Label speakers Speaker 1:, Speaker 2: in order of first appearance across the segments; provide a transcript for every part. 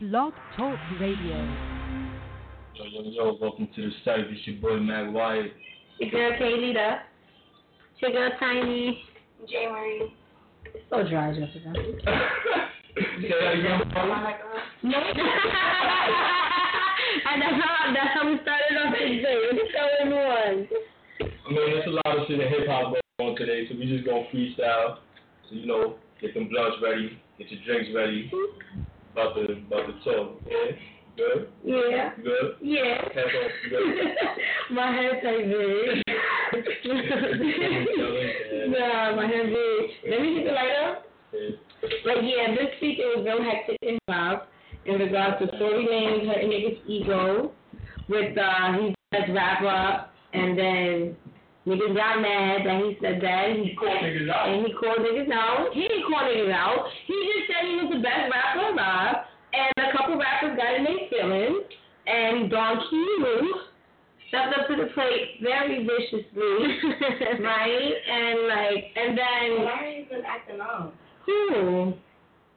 Speaker 1: Blog Talk Radio.
Speaker 2: Yo, yo, yo, welcome to the site. It's your boy, Matt Wyatt.
Speaker 3: Your girl Kaylita. It's your girl Tiny. J Marie.
Speaker 4: Oh,
Speaker 5: So dry, Jessica.
Speaker 2: Say that again, bro.
Speaker 3: No. and that's how that's how we started off this day. It's so in one.
Speaker 2: I mean, there's a lot of shit in hip hop going on today, so we just gonna freestyle. So, you know, get them blunts ready, get your drinks ready. About the, about the talk. Yeah? Good?
Speaker 3: Yeah.
Speaker 2: You Good?
Speaker 3: Yeah.
Speaker 2: Head up, you good?
Speaker 3: my head's like big. nah, my head's big. Let me hit the light up.
Speaker 2: Yeah.
Speaker 3: But yeah, this week it was real hectic and wild in regards to Tory Lanez hurting niggas' ego with uh he said wrap up and then niggas got mad that he said that he
Speaker 2: called niggas out.
Speaker 3: and he called niggas out. He didn't call niggas out. He just said he was the best rapper alive and a couple rappers got in their feelings and Don Q stepped up to the plate very viciously. right? And like and then
Speaker 5: Why are you even acting up?
Speaker 3: who?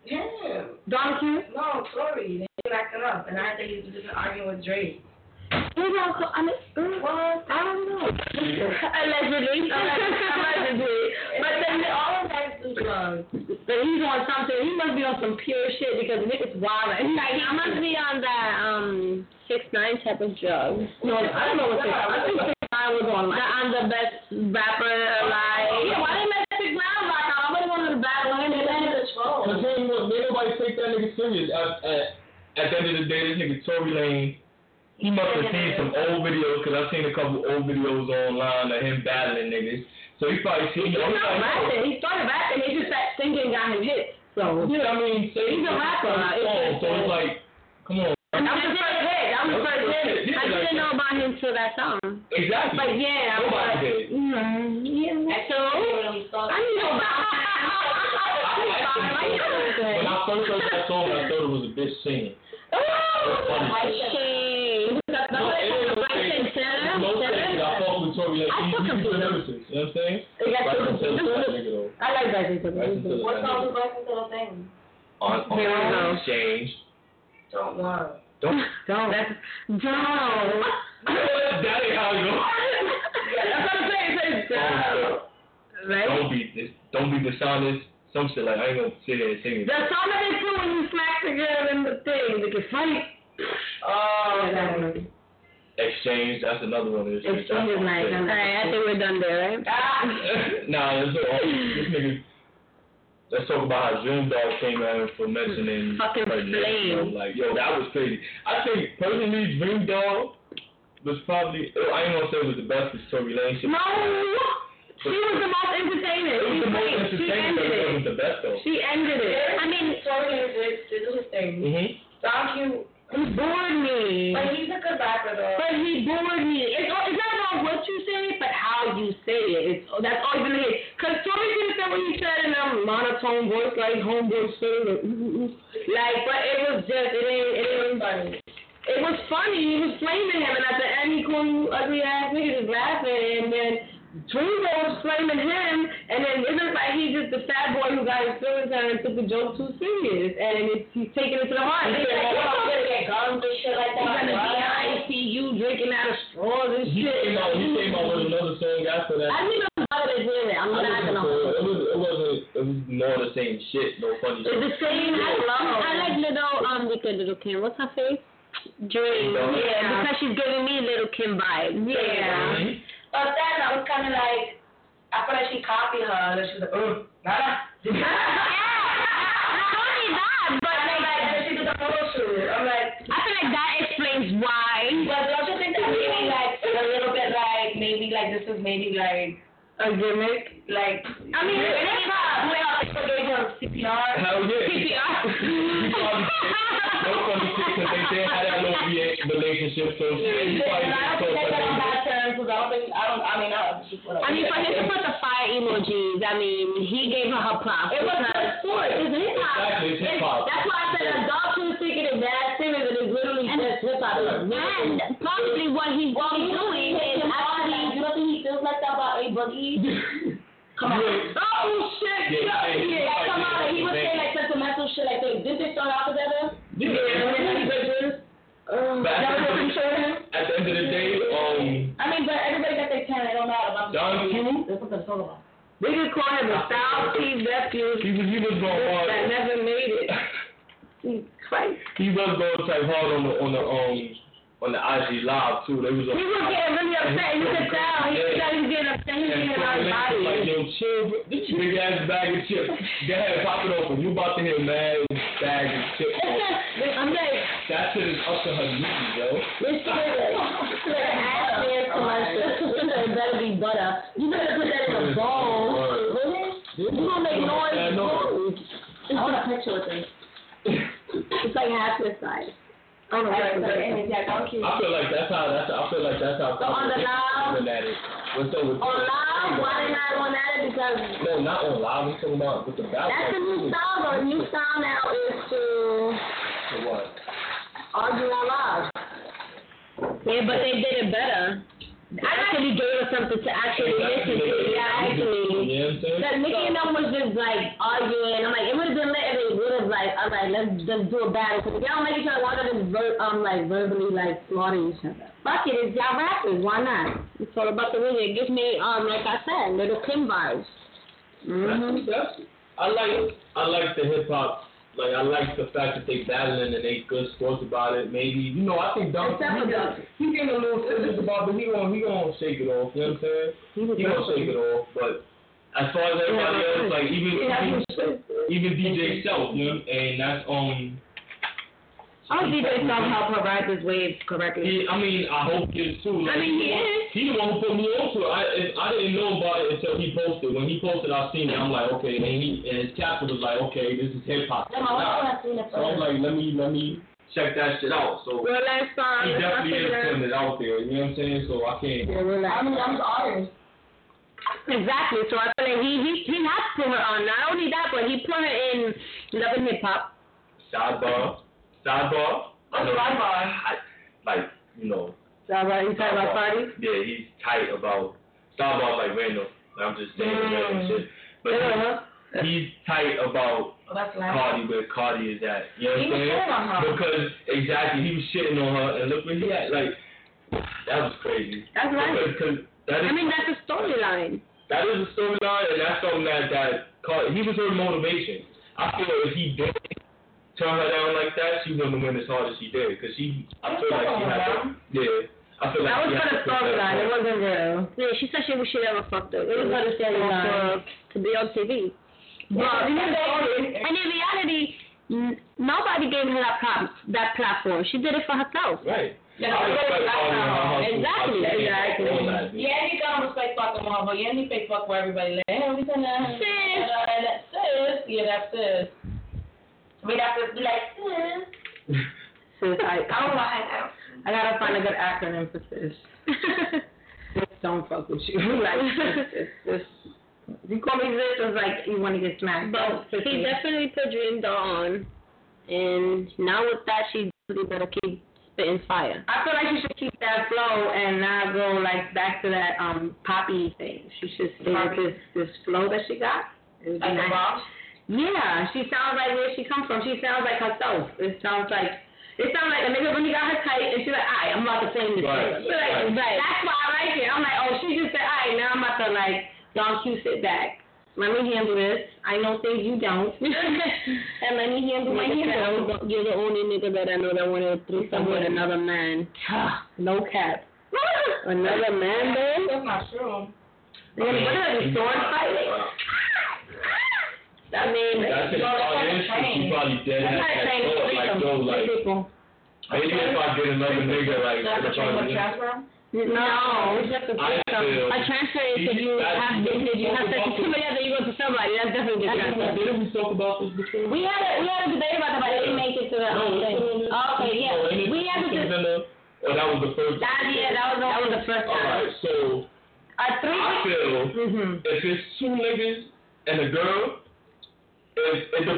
Speaker 5: Yeah.
Speaker 3: Don Q?
Speaker 5: No, sorry. They were acting up. And I think you just arguing with Drake.
Speaker 3: Maybe I'll call, I mean, mm, well, I don't know. allegedly, allegedly. But then they all,
Speaker 5: of that do drugs.
Speaker 3: but he's on something. He must be on some pure shit because niggas wild. Like I must be on that um six nine type of drug. No, I don't know what six. I think six nine was on. Like, I'm the best rapper alive. Yeah, why they let six nine rock out? I would one of the bad women.
Speaker 2: Cause ain't no- ain't nobody take that nigga serious. At, at, at the end of the day, this nigga Tory Lane, he must have seen some old videos, cause I've seen a couple old videos online of him battling niggas. So he probably seen. he
Speaker 3: He's not
Speaker 2: probably-
Speaker 3: rapping. He started rapping. He just that singing got him hit. So.
Speaker 2: Yeah, I mean, say
Speaker 3: He's a rapper.
Speaker 2: Oh, so it's like, come on.
Speaker 3: That was the first hit. That was the first hit. I didn't know about him till that song.
Speaker 2: Exactly.
Speaker 3: But yeah, I was
Speaker 2: Nobody
Speaker 3: like,
Speaker 2: did.
Speaker 3: mm, yeah. So, I didn't know about him.
Speaker 2: When I first heard that song, I thought it was a bitch singing.
Speaker 3: Oh,
Speaker 2: No, it ain't no shade. It's no shade. I fuck with Tory Lane.
Speaker 3: I
Speaker 2: He-
Speaker 3: fuck
Speaker 2: he's
Speaker 3: with him.
Speaker 2: lyricist, You know what I'm saying? Right
Speaker 3: That's
Speaker 2: until that nigga though.
Speaker 3: I like that. Jacob.
Speaker 2: Right until
Speaker 3: That's
Speaker 2: that
Speaker 5: What song
Speaker 2: nigga.
Speaker 5: was Black Little Thing?
Speaker 2: on, on
Speaker 3: There we go.
Speaker 2: exchange.
Speaker 5: Don't worry.
Speaker 2: Don't.
Speaker 3: dumb.
Speaker 2: that ain't how you.
Speaker 3: That's what I'm saying. It's dumb. Right?
Speaker 2: Don't be dis- don't be dishonest. Some shit like I ain't gonna sit there and sing it.
Speaker 3: The song that they put when you smack the girl in the thing, they can fight.
Speaker 5: Oh,
Speaker 3: that one.
Speaker 2: Exchange. That's another one. Of this shit.
Speaker 3: It's just like, all right, I think we're done there, right?
Speaker 2: nah, this, oh, this nigga. Let's talk about how Dream Dog came at him for mentioning
Speaker 3: Fucking
Speaker 2: her name.
Speaker 3: flame.
Speaker 2: Like, yo, that was crazy. I think personally, Dream Dog was probably. oh, I ain't gonna say it was the best because Tory Lane shit.
Speaker 3: No, she was the most
Speaker 2: It
Speaker 3: entertaining.
Speaker 2: was
Speaker 3: She
Speaker 2: the most
Speaker 3: played- She
Speaker 2: entertaining, but
Speaker 3: ended
Speaker 2: it wasn't
Speaker 3: it.
Speaker 2: the best though.
Speaker 3: She ended it. I mean,
Speaker 5: Tory did, did his thing.
Speaker 2: Mhm.
Speaker 5: Don Q,
Speaker 3: he bored me.
Speaker 5: but he's a good rapper though.
Speaker 3: But he bored me. It's, all- it's not about what you say, but how you say it. It's that's all it is. Cause Tori didn't say what he said in a monotone voice, like homeboy saying, like, ooh, ooh, ooh. like, but it was just it ain't it ain't funny. It was funny. He was flaming him, and at the end he called you ugly ass nigga, just laughing, and then. Dreamboat was flaming him, and then it looks like he's just the fat boy who got his feelings hurt and took the joke too serious, and it's, he's taking it to the heart. He's like, "What the
Speaker 5: get guns and shit like
Speaker 3: you gonna be ICU drinking out of straws and
Speaker 2: He
Speaker 3: shit.
Speaker 2: came out. He came out with another song after that.
Speaker 3: I don't even know how they did it. I'm
Speaker 2: I
Speaker 3: not
Speaker 2: listened
Speaker 3: gonna.
Speaker 2: to it. It was it wasn't it was more the same shit, no funny shit.
Speaker 3: It's the same. I, I like little um the good little Kim. What's her face? Dream.
Speaker 2: Yeah.
Speaker 3: Because she's giving me little Kim vibes. Yeah.
Speaker 2: Mhm.
Speaker 5: But then I was kind of like, I feel like she copied her. And she was like, oh, nah.
Speaker 3: yeah. Not only that, but
Speaker 5: I'm like,
Speaker 3: like
Speaker 5: and then she did the photo shoot. I'm like,
Speaker 3: I feel like that explains why.
Speaker 5: but don't you think that maybe like a little bit like maybe like this is maybe like
Speaker 3: A gimmick.
Speaker 5: like
Speaker 3: I mean,
Speaker 2: Yeah.
Speaker 3: it ain't
Speaker 5: when I gave her CPR.
Speaker 2: Hell yeah. He probably no funny shit
Speaker 3: CPR.
Speaker 2: because they didn't have that long re- relationship, so she
Speaker 5: And
Speaker 2: she probably
Speaker 5: I
Speaker 2: just told
Speaker 5: don't think
Speaker 2: her
Speaker 5: that I'm
Speaker 2: nigga.
Speaker 5: bad terms because I don't think I don't I mean I don't she put up.
Speaker 3: I mean, for him to put the fire emojis, I mean, he gave her her props.
Speaker 5: It was
Speaker 3: because-
Speaker 5: just sport.
Speaker 3: It's hip hop.
Speaker 2: Exactly, it's hip-hop.
Speaker 3: That's why I said adults is taking it bad serious. It is literally just hip hop. And probably what he what he's doing is
Speaker 5: You
Speaker 3: actually.
Speaker 5: don't think he feels like that about A Boogie?
Speaker 3: Come on. Oh shit!
Speaker 2: Yeah, yeah,
Speaker 3: yeah.
Speaker 2: yeah.
Speaker 5: Like, come on, he was saying like sentimental shit like they did they start out together?
Speaker 2: Yeah.
Speaker 3: Yeah.
Speaker 2: um,
Speaker 5: talk about.
Speaker 3: We could call him a South Sea
Speaker 2: He was
Speaker 3: refuge
Speaker 2: he was going
Speaker 3: that
Speaker 2: hard.
Speaker 3: never made it. Jesus Christ.
Speaker 2: he was going type hard on the on the um on the IG live too. They was
Speaker 3: He was
Speaker 2: on.
Speaker 3: getting really upset. You could tell. He could tell he was getting upset. He was
Speaker 2: And so
Speaker 3: getting
Speaker 2: they
Speaker 3: about his
Speaker 2: was like
Speaker 3: body.
Speaker 2: yo, chill, bro. this big ass bag of chips. Go ahead, pop it open. You about to hear mad bag of chips.
Speaker 3: I'm like,
Speaker 2: That shit is up to her knees, yo.
Speaker 3: This is an ass man commercial. It better be butter. You better put that in a bowl. You gonna make noise? with food.
Speaker 5: I want a picture with this.
Speaker 3: It's like half this size. I don't know.
Speaker 5: All
Speaker 3: what I'm
Speaker 5: right, so
Speaker 3: saying.
Speaker 5: and Jack, I'm cute.
Speaker 2: I feel like that's how that's I feel like that's how
Speaker 3: So on the live-
Speaker 2: that is. What's up with
Speaker 3: On live, why they not on that? Because
Speaker 2: No, not on live. I'm talking about with the back.
Speaker 3: that's a new style. though. The new style now is to
Speaker 2: For what?
Speaker 3: argue on live. Yeah, but they did it better. Actually gave us something to actually listen to. Yeah, actually.
Speaker 2: You know what I'm saying?
Speaker 3: That Nikki and them was just like arguing. I'm like, it would have been lit if it would have like, all right, let's just do a battle. Cause if y'all make each other, why don't just ver- um like verbally like slaughter each other? Fuck it, it's y'all rappers. Why not? It's all about the music. It gives me um like I said, little Kim vibes.
Speaker 2: That's-
Speaker 3: Mhm.
Speaker 2: that's- I like I like the hip hop. Like I like the fact that they battling and they good sports about it. Maybe you know I think Dunk
Speaker 3: Except for
Speaker 2: he,
Speaker 3: Dunk.
Speaker 2: he getting a little serious about, it, but he gonna he gonna shake it off. You know what I'm saying? He gonna shake it off. But as far as everybody
Speaker 3: Yeah.
Speaker 2: else, like even even, even DJ Self, you know, and that's um.
Speaker 5: I'll
Speaker 2: he-
Speaker 5: DJ Self help her ride this wave correctly.
Speaker 2: He, I mean, I hope he is too. Like,
Speaker 3: I mean, he is.
Speaker 2: He the one who put me onto it. I if- I didn't know about it until he posted. When he posted, I seen it. I'm like, okay, and he and his caption was like, okay, this is hip hop.
Speaker 5: No, my wife has seen it
Speaker 2: So I'm
Speaker 5: first.
Speaker 2: like, let me let me check that shit out. So
Speaker 3: Well,
Speaker 2: he
Speaker 3: last time, I
Speaker 2: definitely is
Speaker 3: figured
Speaker 2: putting it out there. You know what I'm saying? So I can't.
Speaker 3: Yeah, we're like-
Speaker 5: I mean, I'm the artist.
Speaker 3: Exactly. So I feel like he he he has put her on. Not only that, but he put her in Love and Hip Hop.
Speaker 2: Sidebar, sidebar.
Speaker 5: What's the right bar?
Speaker 2: I, like you know,
Speaker 3: So I was like, you talking about party?
Speaker 2: yeah, he's tight about sidebar like random. I'm just saying random shit, but
Speaker 3: Uh-huh.
Speaker 2: he's tight about
Speaker 5: Well, Oh, that's
Speaker 6: Oh,
Speaker 5: last.
Speaker 2: Cardi where Cardi is at. You know what
Speaker 5: He
Speaker 2: I'm
Speaker 5: was
Speaker 2: saying?
Speaker 5: shitting on her.
Speaker 2: Because exactly, he was shitting on her, and look where he at. Like that was crazy.
Speaker 3: That's right.
Speaker 2: Because 'cause that is
Speaker 3: I mean, that's a storyline.
Speaker 2: that is a storyline, and that's something that that Cardi, he was her motivation. I feel if he did turn her down like that, she wouldn't win as hard as she did. Because she, I feel like she had. To, yeah. I feel like
Speaker 3: That was
Speaker 2: she
Speaker 3: for
Speaker 2: had
Speaker 3: the
Speaker 2: to put that
Speaker 3: storyline. It
Speaker 2: forward.
Speaker 3: wasn't real. Yeah, she said she wish she never fucked up. It was for the storyline to be on TV. But and in reality, n- nobody gave her that props, that platform. She did it for herself.
Speaker 2: Right.
Speaker 5: Yeah,
Speaker 2: I oh, respect
Speaker 5: that's
Speaker 2: Cardi and her hustle.
Speaker 3: Exactly,
Speaker 2: I respect
Speaker 3: exactly.
Speaker 2: all that, dude.
Speaker 5: Yeah, you got respect fuck them all, but yeah, you fake fuck where everybody like, hey, we can uh,
Speaker 3: Sis.
Speaker 5: and, uh, and that sis, yeah, that's sis. I mean, that's just be like sis.
Speaker 6: Sis, I,
Speaker 5: I don't want to hang out.
Speaker 6: oh, I gotta find a good acronym for sis. Sis don't fuck with you. like, sis, sis, sis. If you call me sis, it's like you want to get smacked.
Speaker 3: but
Speaker 6: Sis,
Speaker 3: he
Speaker 6: sis.
Speaker 3: definitely put Dream Doll on, and now with that, she really better keep spitting fire.
Speaker 6: I feel like she should keep that flow and not go like back to that um poppy thing. She should stay with this this flow that she got. It would be
Speaker 5: Like the
Speaker 6: nice.
Speaker 5: boss.
Speaker 6: Yeah, she sounds like where she come from. She sounds like herself. It sounds like it sounds like a nigga when he got her tight and she's like, alright, I'm about to flame this
Speaker 2: Right,
Speaker 6: nigga. She's like,
Speaker 2: right.
Speaker 6: That's why I like it. I'm like, oh, she just said, alright, now I'm about to like, Don Q, sit back. Let me handle this. I know things you don't. and let me handle my handle.
Speaker 3: You're the only nigga that I know that wanted to threesome with another man.
Speaker 6: no cap.
Speaker 3: Another man, though.
Speaker 5: That's not true.
Speaker 6: What is that, a sword fight?
Speaker 3: I mean,
Speaker 2: That's it. Oh,
Speaker 5: Yo, that's like
Speaker 2: yeah,
Speaker 5: a train.
Speaker 2: she probably dead
Speaker 6: I'm
Speaker 2: ass
Speaker 6: not
Speaker 2: at
Speaker 6: saying
Speaker 2: twelve, like, yo,
Speaker 6: threesome. People.
Speaker 2: like, maybe if I get another nigga, like,
Speaker 5: That's
Speaker 2: if I was
Speaker 5: what you would
Speaker 2: in-
Speaker 5: transfer.
Speaker 6: No, it's just a
Speaker 2: I feel-
Speaker 3: A transfer is if you have if you have sex with somebody else, then you go to somebody. That's definitely a transfer.
Speaker 2: Didn't we talk about this before?
Speaker 3: We had a we had a debate about that, but I didn't make it to the
Speaker 2: No, it's
Speaker 3: thing.
Speaker 2: still on this-
Speaker 3: Okay,
Speaker 2: it's
Speaker 3: yeah,
Speaker 2: still in it.
Speaker 3: we had a
Speaker 2: It's
Speaker 3: de-
Speaker 2: in the- Oh, that was the first.
Speaker 3: that yeah that was that was the first
Speaker 2: All
Speaker 3: time.
Speaker 2: right, so
Speaker 3: A three
Speaker 2: I feel
Speaker 6: Mm-hmm.
Speaker 2: if it's two niggas and a girl, it's it's a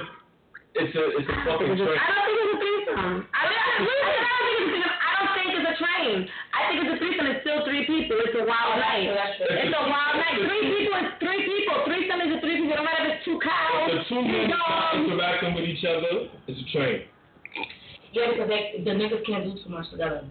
Speaker 2: it's a it's a fucking train.
Speaker 6: I don't think it's a threesome. I mean, I, listen, I don't think it's a threesome. I don't think it's a train. I think it's a threesome. It's still three people. It's a wild night.
Speaker 5: That's true.
Speaker 6: It's a wild night. Three people is three people. Threesome is a three people. No matter if it's two cows,
Speaker 2: If the
Speaker 6: two
Speaker 2: two niggas
Speaker 6: dogs.
Speaker 2: interacting with each other, it's a train.
Speaker 5: Yeah, because they, the niggas can't do too much together.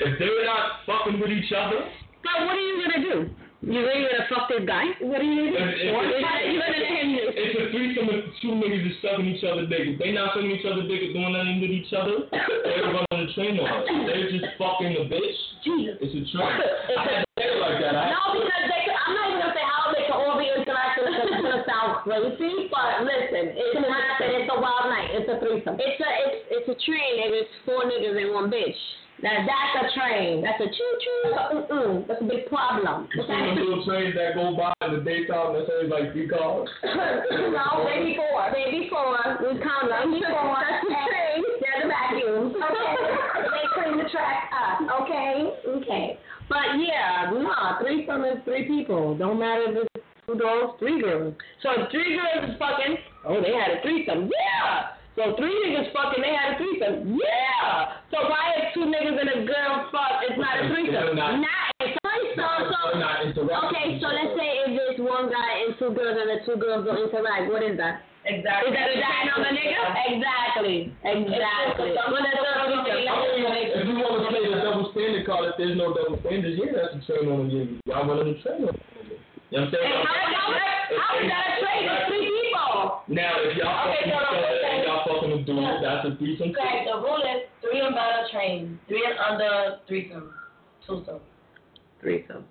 Speaker 2: If they're not fucking with each other,
Speaker 3: So what are you gonna do? You really gonna fuck this guy? What are you
Speaker 2: It-
Speaker 3: gonna
Speaker 2: it-
Speaker 3: do? What? You gonna let him do
Speaker 2: It's a threesome of two niggas is sucking each other dick. If they not sucking each other dick or doing nothing with each other, they're running the train on us. They're just fucking the bitch.
Speaker 3: Jesus.
Speaker 2: It's a train. I had to say it like that. I,
Speaker 3: No, because they could, I'm not even gonna say how they can all be interacting because it's gonna sound crazy, but listen, it's happen. It's a wild night. It's a threesome. It's a it's it's a train and it's four niggas and one bitch. Now that's a train. That's a choo choo. Mm mm. That's a big problem.
Speaker 2: you see them little trains that go by in the daytime that say like three cars.
Speaker 3: no, baby four. Baby four. We count them. Baby four. That's the train. They're the vacuums. Okay. they clean the track up. Okay. Okay. But yeah, nah, threesome is three people. Don't matter if it's two girls, three girls. So if three girls is fucking, oh, they had a threesome. Yeah. So three niggas fucking, they had a threesome. Yeah. So why if two niggas and a girl fuck, it's not a
Speaker 2: They're
Speaker 3: threesome?
Speaker 2: not-
Speaker 3: Not a threesome.
Speaker 2: they're not interacting
Speaker 3: Okay,
Speaker 2: with each
Speaker 3: so
Speaker 2: other.
Speaker 3: let's say if there's one guy and two girls and the two girls don't interact, what is that?
Speaker 5: Exactly.
Speaker 3: Is that a sign on the nigga? Exactly. Exactly. Well, that's not a thing.
Speaker 2: If you want to play the double standard card, if there's no double standards, yeah, that's a train on a nigga. Y'all running the train on a nigga. You know what I'm saying?
Speaker 3: How is that a trade? It's three people.
Speaker 2: Now, if y'all
Speaker 5: Okay,
Speaker 2: fucking each
Speaker 5: so the-
Speaker 2: other and y'all fucking a dude, that's a threesome. too.
Speaker 5: Okay, the rule is three and better train, three and under threesome, twosome.
Speaker 3: Threesome.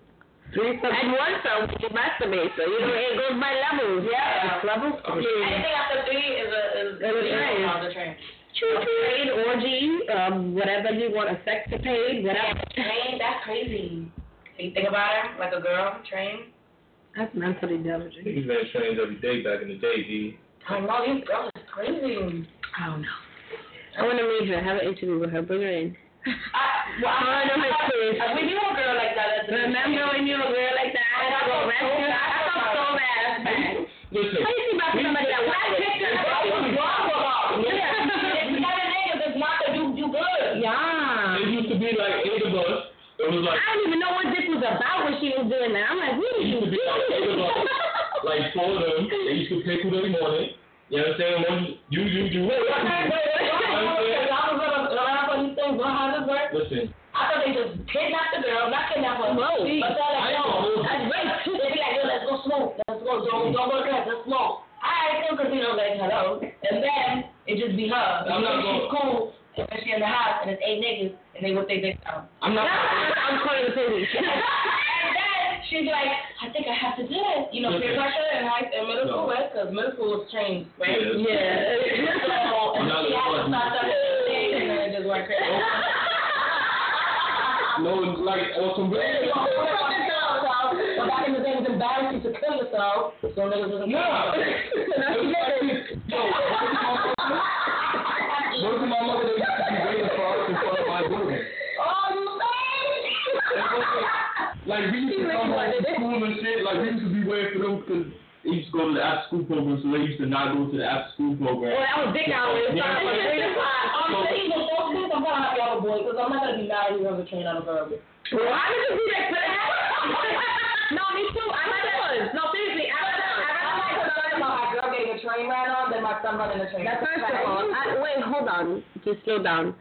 Speaker 3: Threesome. And one song, you masturbate, so you know, it goes by levels. Yeah. Levels.
Speaker 5: Anything after three is a is
Speaker 3: Is a
Speaker 5: is
Speaker 3: train.
Speaker 5: on the train.
Speaker 3: Trade, orgy, um, whatever you want, a sex to pay, whatever.
Speaker 5: Train, that's crazy. You think about it, like a girl train.
Speaker 3: That's mentally damaging.
Speaker 2: Niggas ran trains every day back in the day, D.
Speaker 5: I know these girls is crazy.
Speaker 3: I don't know. I want to meet her, have an interview with her, bring her in.
Speaker 5: I, well,
Speaker 3: I
Speaker 5: I,
Speaker 3: know her face.
Speaker 5: I, we knew a girl like that. That's
Speaker 3: Remember when you were a girl like that? I had to go rescue her. I felt so bad. I was bad.
Speaker 2: Listen,
Speaker 3: What do you think about somebody that wants Yeah.
Speaker 2: it used to be like eight of us. It was like
Speaker 3: I don't even know what this was about when she was doing that. I'm like, what did you do?
Speaker 2: like four of them. They used to pick who they wanted. You know what I'm saying? One, you, you, you. Wait, wait, wait, wait. Listen, I ain't gonna hold you.
Speaker 5: I'm not going. She's cool, and then she in the house, and it's eight niggas, and they whip their dick out.
Speaker 2: I'm not.
Speaker 3: I'm calling the police.
Speaker 5: and then she's like, I think I have to do it. You know, peer pressure in high in middle school, right? Because middle school was trained, right?
Speaker 2: Yeah.
Speaker 5: So,
Speaker 3: Yeah.
Speaker 5: and she had to stop that thing, and then it just went crazy.
Speaker 2: No, it's like on some real.
Speaker 5: Well, back in the day, it was embarrassing to kill yourself, so niggas wasn't
Speaker 2: Nah. What if my mother didn't be waiting for us in front of my door? Like we used to come home from school and shit. Like we used to be waiting for them because they used to go to the after school program, so they used to not go to the after school program.
Speaker 3: Well, that was dick hours.
Speaker 2: Yeah.
Speaker 5: I'm saying, the first thing I'm gonna have y'all a boy, because I'm not gonna be mad if you ever train on a girl.
Speaker 3: Well, I didn't see that, but No, me too. I like that. No, seriously, I like that. Now, first of all, I, wait, hold on. Just slow down.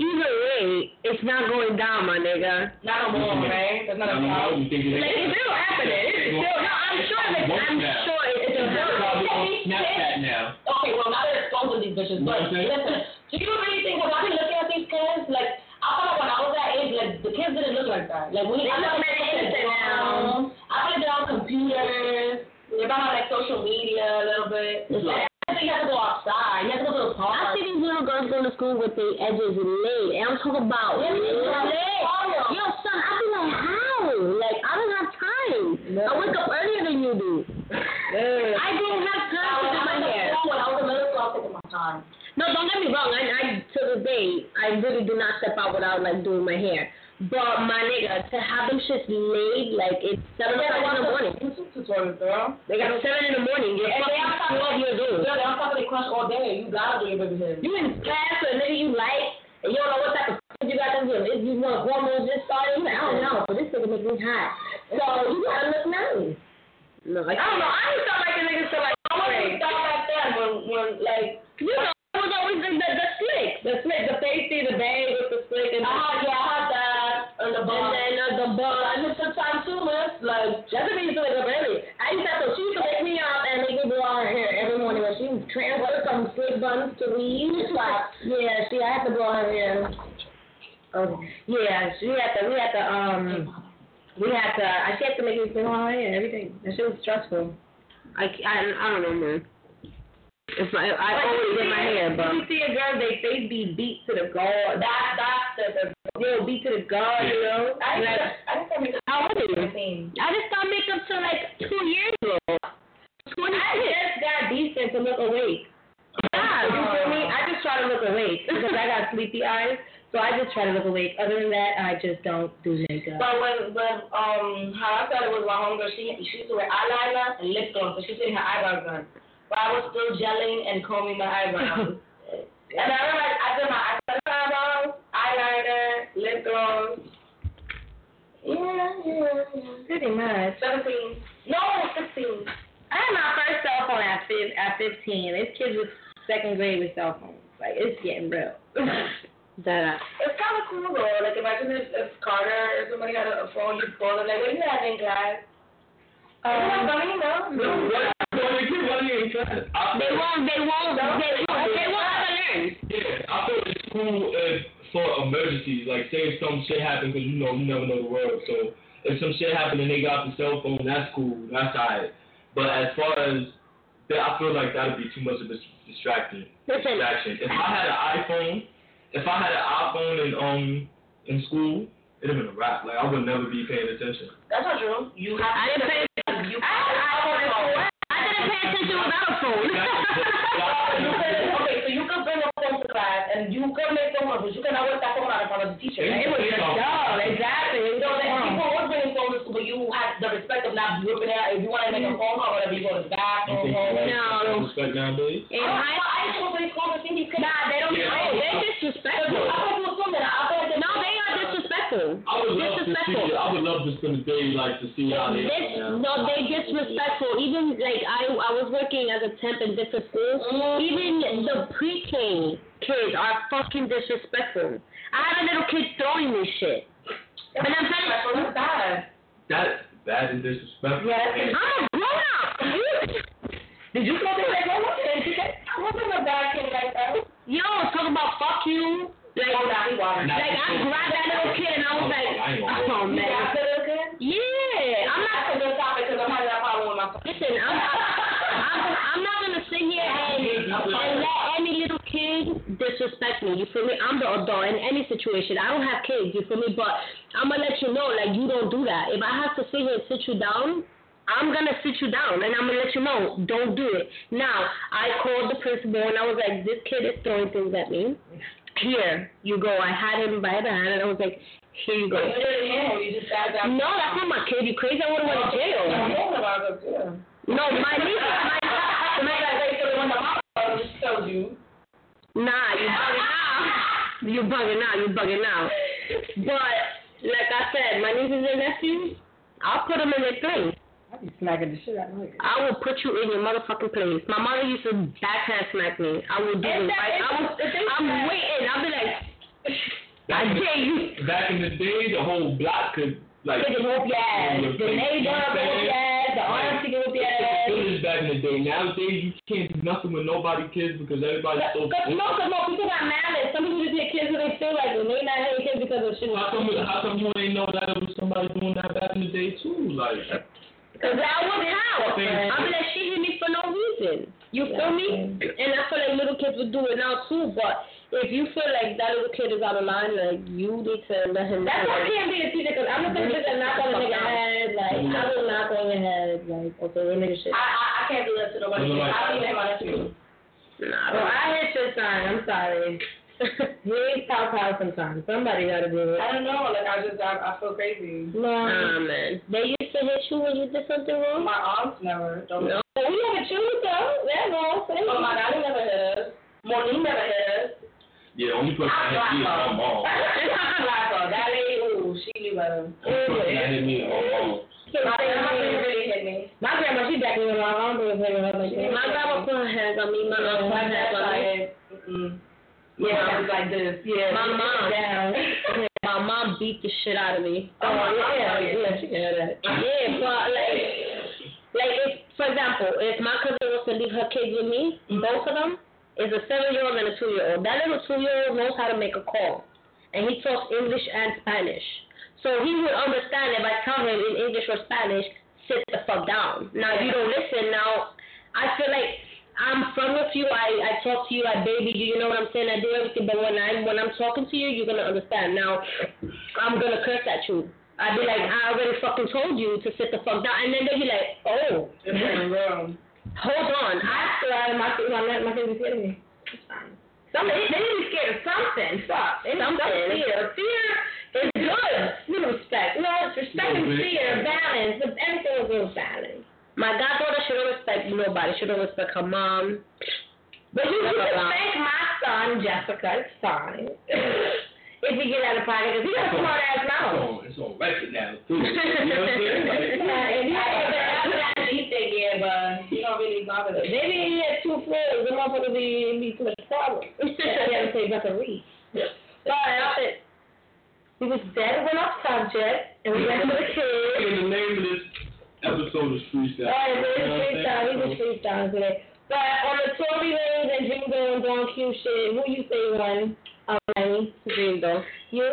Speaker 3: Either way, it's not going down, my nigga.
Speaker 5: Not no more, right? That's not
Speaker 2: I
Speaker 5: a
Speaker 2: mean, I
Speaker 5: problem.
Speaker 2: wouldn't think it
Speaker 3: Like, it's still happening. It's still, no, I'm sure it's, I'm sure it's still happening.
Speaker 2: Probably on Snapchat now.
Speaker 5: Okay, well, not that it's both of these bitches, but
Speaker 2: Okay.
Speaker 5: listen, do you really think when I've been looking at these kids, like, I thought when I was that age, like, the kids didn't look like that. Like, we, I thought
Speaker 3: look
Speaker 5: they
Speaker 3: like
Speaker 5: were
Speaker 3: kids
Speaker 5: down. I thought they were on computers, they're about on, like, social media a little bit.
Speaker 2: It's like-
Speaker 5: I think you have to go outside, you have to go to the
Speaker 3: I
Speaker 5: park.
Speaker 3: see these little girls going to school with their edges laid, and I'm talking about
Speaker 5: Harlem.
Speaker 3: Yo, son, I be like, how? Like, I don't have time. I wake up earlier than you do. I don't have time to do my hair.
Speaker 5: When I was in middle school, I was taking my time.
Speaker 3: No, don't get me wrong. I, I to this day, I really do not step out without like doing my hair. But my nigga, to have them shits laid like it's seven
Speaker 5: Yeah,
Speaker 3: o'clock in the morning.
Speaker 5: YouTube tutorials, girl.
Speaker 3: They got seven in the morning. You're
Speaker 5: And they
Speaker 3: fucking
Speaker 5: outside-
Speaker 3: twelve years
Speaker 5: Girl,
Speaker 3: old.
Speaker 5: they on top of their crush all day. You gotta do your baby hair.
Speaker 3: You in class with a nigga you like, and you don't know what type of shit you got to do. If you know hormones just started, you like, I don't know, but this nigga make me hot. So you gotta look nice. No, like, I don't know. I just felt like the nigga still like.
Speaker 5: I wasn't thought like that when, when, like,
Speaker 3: You know, it was always the, the, the slick, Oh, the slick, the pasty, the bang with the slick, and
Speaker 5: I had, yeah, I had that on the
Speaker 3: And
Speaker 5: bottom.
Speaker 3: then uh, the bun.
Speaker 5: But sometimes consumers, like
Speaker 3: Jessica used to wake up early. I used to have to, she used to wake me up and make me blow out her hair every morning when she transferred from slick buns to weaves. Like, yeah, she, I had to blow out her hair. Oh, yeah, she had to, we had to, um, we had to, I, she had to make me blow out her hair and everything. That shit was stressful. I, c- I, I don't know, man. It's my, I always did my hair, but.
Speaker 5: you see a girl, they they be beat to the guard. That that's the, the
Speaker 3: Yo, beat to the god, you know?
Speaker 5: I
Speaker 3: Like,
Speaker 5: just I just don't make
Speaker 3: how old are you?
Speaker 5: thing.
Speaker 3: I just got makeup till like two years ago. Twenty
Speaker 5: I
Speaker 3: six.
Speaker 5: just got
Speaker 3: decent to look awake. Yeah, you feel me? I just try to look awake because I got sleepy eyes, so I just try to look awake. Other than that, I just don't do makeup.
Speaker 5: But when, when um, how I started was my homegirl, she she used to wear eyeliner and lip gloss, so she put her eyebrows on. But I was still gelling and combing my eyebrows. and I realized I did my I cut my eyebrows, eyeliner, lip gloss. Yeah, yeah, yeah.
Speaker 3: Pretty much.
Speaker 5: Seventeen. No, sixteen.
Speaker 3: I had my first cell phone at fif- at fifteen. This kid was second grade with cell phones. Like it's getting real. that uh,
Speaker 5: It's kind of cool though. Like imagine if, if Carter or somebody had a, a phone, you'd call them like, "What do you have in class?" Um, funny, no.
Speaker 2: No, what? No, they keep running in class. I
Speaker 3: they won't. They won't. They won't. They won't ever learn.
Speaker 2: Yeah, I feel it's cool if for emergencies, like say if some shit happened, 'cause you know you never know the world. So if some shit happened and they got the cell phone, that's cool, that's alright. But as far as that, I feel like that'd be too much of a distraction.
Speaker 3: Listen.
Speaker 2: Distraction. If I had an iPhone, if I had an iPhone in um in school, it'd have been a wrap. Like I would never be paying attention.
Speaker 5: That's not true. You have.
Speaker 3: I didn't pay
Speaker 5: attention. You
Speaker 3: I had an iPhone in school. I didn't pay attention without a phone.
Speaker 5: You could- okay, so you could bring a phone to class and you could make phone calls, but you cannot work that phone out in front of the teacher.
Speaker 2: Yeah.
Speaker 3: it was just dumb, exactly. It was
Speaker 5: You know, like,
Speaker 3: dumb.
Speaker 5: people were bringing phones to school, but you had the respect of not ripping it out. If you want to make
Speaker 3: Mm.
Speaker 5: a phone call, whatever, you go to
Speaker 2: You
Speaker 5: the bathroom.
Speaker 2: think
Speaker 5: home.
Speaker 2: that's
Speaker 3: Oh, No.
Speaker 2: respect nowadays?
Speaker 3: In
Speaker 5: I,
Speaker 3: high
Speaker 5: I used to go to these schools and see these kids.
Speaker 3: nah, they don't
Speaker 2: Yeah.
Speaker 3: know. They're disrespectful.
Speaker 5: I thought you assumed that. I thought that
Speaker 3: No, they are disrespectful.
Speaker 2: I would love to see. I would love to spend a day like to see how they.
Speaker 3: This,
Speaker 2: yeah.
Speaker 3: no, they disrespectful. Even like I, I was working as a temp in different schools. Even the pre-K kids are fucking disrespectful. I had a little kid throwing me shit. And I'm
Speaker 5: That's
Speaker 3: saying,
Speaker 5: what it's bad.
Speaker 2: That that is disrespectful.
Speaker 5: Yeah, that's
Speaker 2: And-
Speaker 3: I'm a grown up.
Speaker 5: Did you go there like, "Oh, what was it? I wasn't a bad kid like that.
Speaker 3: Yo, talk about fuck you. Like,
Speaker 5: Oh, nah, he wasn't.
Speaker 3: Like I grabbed that little kid and I was like, oh
Speaker 5: You
Speaker 3: man,
Speaker 5: got that again?
Speaker 3: yeah. I'm not.
Speaker 5: That's a good topic because I'm having that problem with my
Speaker 3: Listen, I'm not. I'm, I'm not gonna sit here and, and let any little kid disrespect me. You feel me? I'm the adult in any situation. I don't have kids. You feel me? But I'm gonna let you know, like you don't do that. If I have to sit here and sit you down. I'm gonna sit you down and I'm gonna let you know, don't do it. Now, I called the principal and I was like, this kid is throwing things at me. Here, you go. I had him by the hand and I was like, here you go.
Speaker 5: You didn't handle it, you just got that.
Speaker 3: No, that's not my kid. You crazy? I would have went to
Speaker 5: I'm
Speaker 3: jail.
Speaker 5: talking about it, yeah.
Speaker 3: No, my niece. My,
Speaker 5: The man that raised her when the mom just told you.
Speaker 3: nah, you bugging out. You bugging out. You bugging out. But like I said, my nieces and nephews. I'll put them in their place.
Speaker 7: I'd be smacking the shit out of her.
Speaker 3: I will put you in your motherfucking place. My mother used to backhand smack me. I will do it. Like, I was, I'm waiting. I'll be like, I
Speaker 2: Back in the-
Speaker 3: dare you.
Speaker 2: Back in the day, the whole block could like.
Speaker 3: They can whoop your ass. The neighbor can whoop your ass. The auntie can whoop your ass.
Speaker 2: Village back in the day. Nowadays, you can't do nothing with nobody kids because everybody's so.
Speaker 3: Cause no, cause no, people got malice. Some people just get kids who they feel like they may not hate kids because of shit.
Speaker 2: How come? How come you ain't know that it was somebody doing that back in the day too? Like,
Speaker 3: Cause I was out.
Speaker 2: Yeah.
Speaker 3: I mean, like, she hit me for no reason. You feel me? And I feel like little kids would do it now too. But if you feel like that little kid is out of line, like you need to let him.
Speaker 5: That's
Speaker 3: know.
Speaker 5: why I can't be a teacher because
Speaker 3: I'm
Speaker 5: I'm
Speaker 3: not gonna
Speaker 5: the type of
Speaker 3: just
Speaker 5: bitch that
Speaker 3: knock on
Speaker 5: not
Speaker 3: a
Speaker 5: gonna make
Speaker 3: nigga
Speaker 5: a head.
Speaker 3: head. Like I will knock on your head. Like okay, we're nigga shit.
Speaker 5: I, I, I can't do that to nobody.
Speaker 2: Like-
Speaker 5: I don't even have my nephew.
Speaker 3: Nah, bro, Oh, I hit your sign. I'm sorry. we talk out sometimes. Somebody gotta do it.
Speaker 5: I don't know. Like, I just, I, I feel crazy.
Speaker 3: No, man. They used to hit you when you did something wrong.
Speaker 5: My aunts never. Don't
Speaker 3: No, we never choose though. That's all.
Speaker 5: But my daddy never hit us. Monique never hit us.
Speaker 2: yeah, only person
Speaker 5: I'm
Speaker 2: that hit me is my mom.
Speaker 5: black girl. That lady, ooh, she knew better.
Speaker 3: Oh,
Speaker 2: Only person that hit me is my mom.
Speaker 5: My grandma really hit me.
Speaker 3: My grandma, she backed me up. I don't really her like
Speaker 5: that.
Speaker 3: My grandma put her hands on me. My mom put her
Speaker 5: My
Speaker 3: hands
Speaker 5: dad's
Speaker 3: on me.
Speaker 5: like, mm-mm. Yeah, it was like this. Yeah.
Speaker 3: My mom.
Speaker 5: Down.
Speaker 3: My mom mom beat the shit out of me. Oh, yeah, yeah, yeah, she can hear that. Yeah, but like, like if, for example, if my cousin was to leave her kids with me, both of them, is a seven-year-old and a two-year-old. That little two-year-old knows how to make a call, and he talks English and Spanish. So he would understand if I tell him in English or Spanish, sit the fuck down. Now if you don't listen, now I feel like I'm from with you. I, I talk to you. I baby you. You know what I'm saying. I do everything. But when I'm when I'm talking to you, you're gonna understand. Now, I'm gonna curse at you. I'd be like, I already fucking told you to sit the fuck down, and then they'd be like, oh, hold on. I still have my my my, my thing scared of me. Something they need to be scared of something. Fuck, it's something. Fear, fear is good. With respect, well, respect and fear, balance. Everything is in balance. My goddaughter should not respect nobody. She don't respect her mom. But you should respect my son, Jessica. It's fine. if he get out of pocket, 'cause he got a smart ass mouth.
Speaker 2: on, it's on record now. too. You know what I'm saying? Like,
Speaker 5: Yeah, but you don't really bother them.
Speaker 3: Maybe he had two players. The motherfucker be be too much problem. I never say about the read. But we was dead when I subject, and we went to the kids.
Speaker 2: in the name of this episode is freestyle.
Speaker 3: Alright, but
Speaker 2: You know what I'm
Speaker 3: it's freestyle. We
Speaker 2: saying?
Speaker 3: just freestyle today. But on the Tory Lanez and Dream Girl and Don Q shit, who you say won? Alright, Dream Girl. You?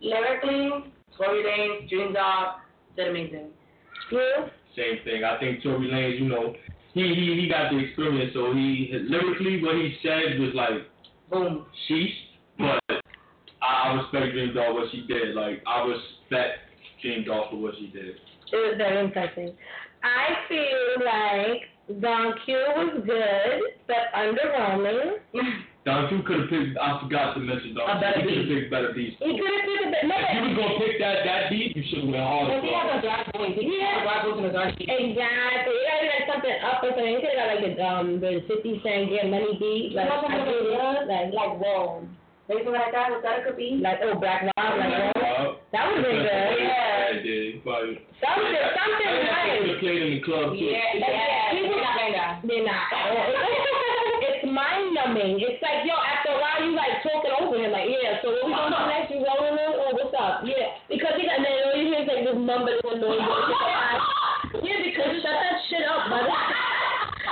Speaker 5: Lyrically, Tory Lanez, Dream Dog, did amazing.
Speaker 3: You?
Speaker 2: Same thing. I think Tory Lanez, you know, he he he got the experience, so he lyrically what he said was like
Speaker 5: Boom.
Speaker 2: sheesh, but I I respect Dream Doll what she did. Like I respect Dream Doll for what she did.
Speaker 3: It was very impressive. I feel like Don Q was good, but underwhelming.
Speaker 2: Don Q could have picked. I forgot to mention Don.
Speaker 5: A
Speaker 2: Q. He
Speaker 5: better
Speaker 2: could have picked better beats.
Speaker 3: He could have been a bit. No,
Speaker 2: If you was gonna pick that that beat, you should have went harder.
Speaker 5: If he has a black voice, if he has a black voice and a dark voice.
Speaker 3: exactly. You gotta get something up or something. You could have got like the um the Fifty Cent Get Money beat, like I feel like like whoa,
Speaker 5: Anything like that, what that could be?
Speaker 3: like oh Black Rob, like whoa. That would have been good.
Speaker 2: Yeah, it did. Probably.
Speaker 3: Something, something
Speaker 2: I
Speaker 3: nice.
Speaker 2: think they played in the club too.
Speaker 5: Yeah, yeah. People not like that.
Speaker 3: They're not. it's mind numbing. It's like, yo, after a while, you like talking over him, like, yeah, so what we gonna do next? You rolling in? Oh, what's up? Yeah. Because he got, and then all you hear is like this mumble and noise. yeah, because shut that shit up, brother.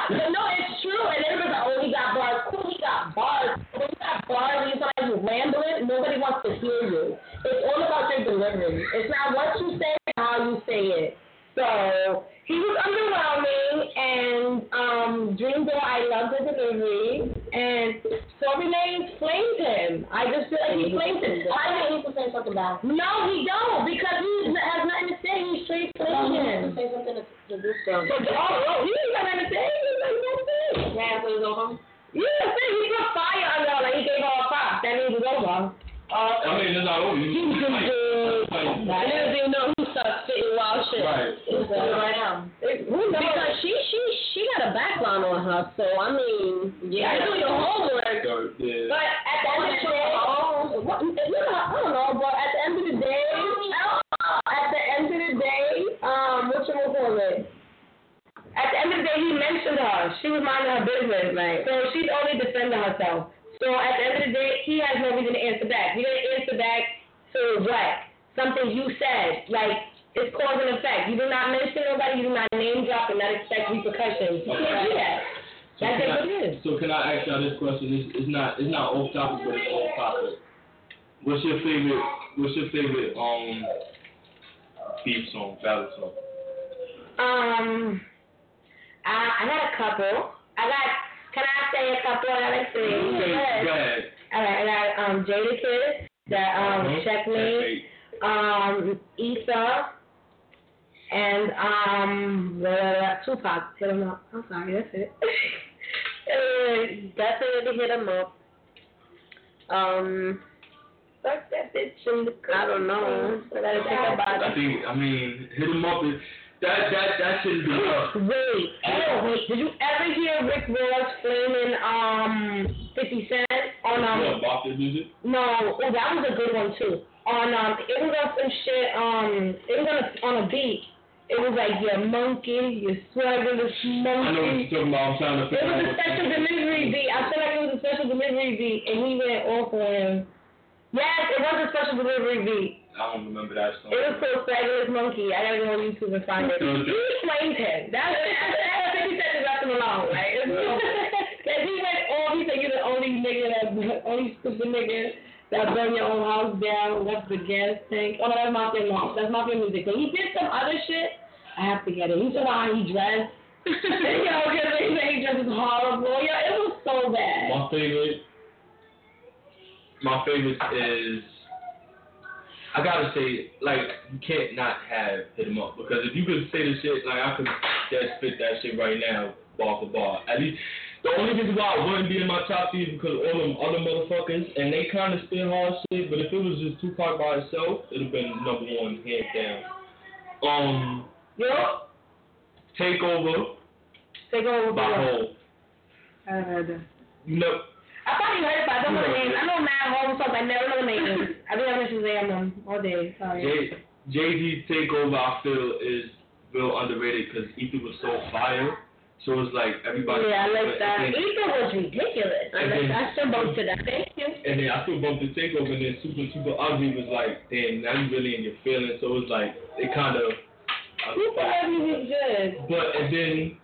Speaker 3: But no, it's true, and everybody's like, oh, he got bars. Cool, he got bars. When you got bars and you sound like you rambling, nobody wants to hear you. It's all about your delivery. It's not what you say, it's how you say it. So he was underwhelming, and um, Dream Girl, I love the delivery, and Tory Lanez flamed him. I just feel like he flamed him. I
Speaker 6: need to say something about.
Speaker 3: no, he don't because he has nothing to say. He's straight flamed him.
Speaker 6: Say something to, to this girl.
Speaker 3: But oh, oh, he ain't got nothing to say. He ain't got nothing to say.
Speaker 5: Yeah, so it's over.
Speaker 3: Yeah, see, he put fire on her. Like he gave her a pop. That means it's over.
Speaker 2: I mean, it's not over.
Speaker 3: He
Speaker 2: You-
Speaker 3: was just good. I didn't even know who started spitting wild shit.
Speaker 2: Right.
Speaker 5: Right now.
Speaker 3: Because she she she got a background on her, so I mean, yeah, you do your homework.
Speaker 2: So, yeah.
Speaker 3: But at the end of the day, oh, what, look, I don't know. But at the end of the day, at the end of the day, um, what you gonna call it? At the end of the day, he mentioned her. She was minding her business, right? So she's only defending herself. So at the end of the day, he has no reason to answer back. You're gonna answer back to what? Something you said, like. It's cause and effect. You do not mention nobody, you do not name drop and not expect repercussions. You can't do that.
Speaker 2: So can
Speaker 3: That's just
Speaker 2: I-
Speaker 3: what it is.
Speaker 2: So can I ask y'all this question? It's, it's not it's not off topic, but it's on topic. What's your favorite What's your favorite um beef song, battle song?
Speaker 3: Um, I, I got a couple. I got. Can I say a couple? I got like three.
Speaker 2: Okay, go
Speaker 3: All
Speaker 2: ahead.
Speaker 3: right. I got um Jada Kiss, that um
Speaker 2: Mhm.
Speaker 3: Checkmate, um Issa, and um blah, blah, blah, Tupac. Hit 'em up. I'm sorry. That's it. uh, definitely hit 'em up. Um,
Speaker 5: Fuck that bitch in the
Speaker 3: I don't know. I gotta think about
Speaker 2: I
Speaker 3: it.
Speaker 2: think I mean hit 'em up. Is, that that that shouldn't be up.
Speaker 3: Wait, oh, wait, did you ever hear Rick Ross flaming um 50 Cent on um
Speaker 2: What about the music?
Speaker 3: no, oh, that was a good one too. On um it was on some shit um it was on a, on a beat. It was like your monkey, your swaggerless
Speaker 2: I know what you're
Speaker 3: monkey.
Speaker 2: talking about. I'm trying to
Speaker 3: It
Speaker 2: figure
Speaker 3: was
Speaker 2: out.
Speaker 3: a special delivery beat. I feel like it was a special delivery beat and he went off on him. Yes, it it was a special delivery beat.
Speaker 2: I don't remember that song.
Speaker 3: It was so fabulous monkey. I gotta go on YouTube and find it.
Speaker 2: Mhm.
Speaker 3: He explained him. That's that's what he said to left him alone, right? Cause he went on. He said you're the only nigga that only stupid nigga that burn your own house down, left the gas tank. Oh no, that's Mafia Mom. That's Mafia Music. And he did some other shit. I have to get it. He said how he dressed. yo, cause he said he dressed was horrible. Yo, it was so bad.
Speaker 2: My favorite, my favorite is, I gotta say, like you can't not have hit 'em up because if you could say the shit, like I could just spit that shit right now, bar for bar. At least the only reason why I wouldn't be in my top three is because all them other motherfuckers and they kind of spit hard shit. But if it was just Tupac by itself, it'd have been number one hands down. Um,
Speaker 3: Yo,
Speaker 2: Takeover
Speaker 3: take over.
Speaker 2: by Hov.
Speaker 3: I haven't heard that.
Speaker 2: You know,
Speaker 3: I probably heard it, but I don't know the name. I know Mad Home stuff, but I never know the name. I be having issues with them all day. Sorry.
Speaker 2: Jay Z takeover I feel is real underrated because Ether was so fire. So it's like everybody.
Speaker 3: Yeah, I like
Speaker 2: but-
Speaker 3: that.
Speaker 2: And then,
Speaker 3: Ether was ridiculous. I, like, I still bumped to that. Thank you.
Speaker 2: and then I still bumped the takeover, and then Super Super Ugly was like, damn, now you really in your feelings. So it's like it kind of.
Speaker 3: Super Heavy was good.
Speaker 2: But and then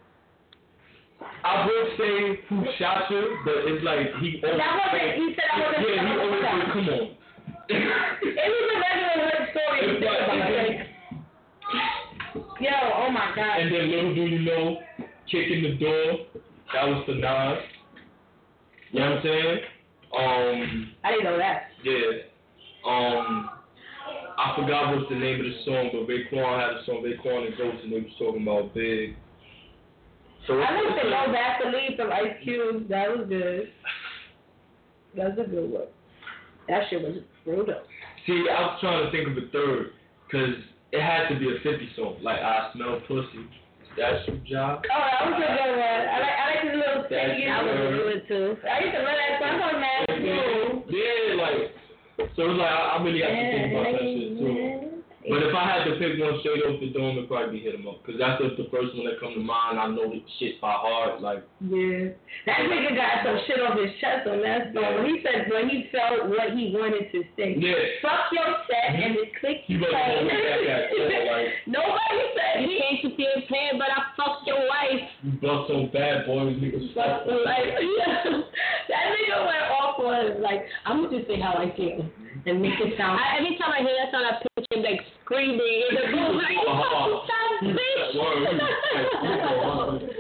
Speaker 2: I would say Fushasha, but it's like he. Always,
Speaker 3: That wasn't, he said I
Speaker 2: yeah,
Speaker 3: wasn't.
Speaker 2: he always like, come on.
Speaker 3: It was a regular hood story. if you think about it. Like, Yo, oh my
Speaker 2: And
Speaker 3: god.
Speaker 2: then little do you know, kicking the door, that was for Nas. You know what I'm saying? Um,
Speaker 3: I didn't know that.
Speaker 2: yeah. Um, I forgot what's the name of the song, but Raekwon had a song, Raekwon and Ghost, and they was talking about big. So
Speaker 3: I
Speaker 2: what's
Speaker 3: like the
Speaker 2: the
Speaker 3: Go Back to Leave from Ice Cube. That was good. That was a good one. That shit was brutal.
Speaker 2: See, I was trying to think of a third, cause it had to be a 50 song, like I smell pussy. That's your job.
Speaker 3: Oh, that was a good one. I like I like the little
Speaker 2: That's
Speaker 3: sticky. I was
Speaker 2: good.
Speaker 3: do it too. I used to run that song on Mad Crew.
Speaker 2: Yeah, like, so it's like I, I really got to think about that shit too. But if I had to pick one straight off the dome, it'd probably be hit 'em up. Cause that's just the first one that come to mind. I know the shit by heart. Like,
Speaker 3: Yeah. That nigga got some shit off his chest on that song. When he said when he felt what he wanted to say.
Speaker 2: yeah, Mm-hmm.
Speaker 3: Fuck your set and the click
Speaker 2: He
Speaker 3: you
Speaker 2: wasn't
Speaker 3: play.
Speaker 2: holding back that shit, like-
Speaker 3: Nobody said he ain't you feel pain, but I fucked your wife.
Speaker 2: you bust so bad, boy. Niggas
Speaker 3: But like, that nigga went off on like, I'm gonna just say how I feel and make it sound. I, every time I hear that sound, I picture like screaming. It's like, oh, like, you fucking son of a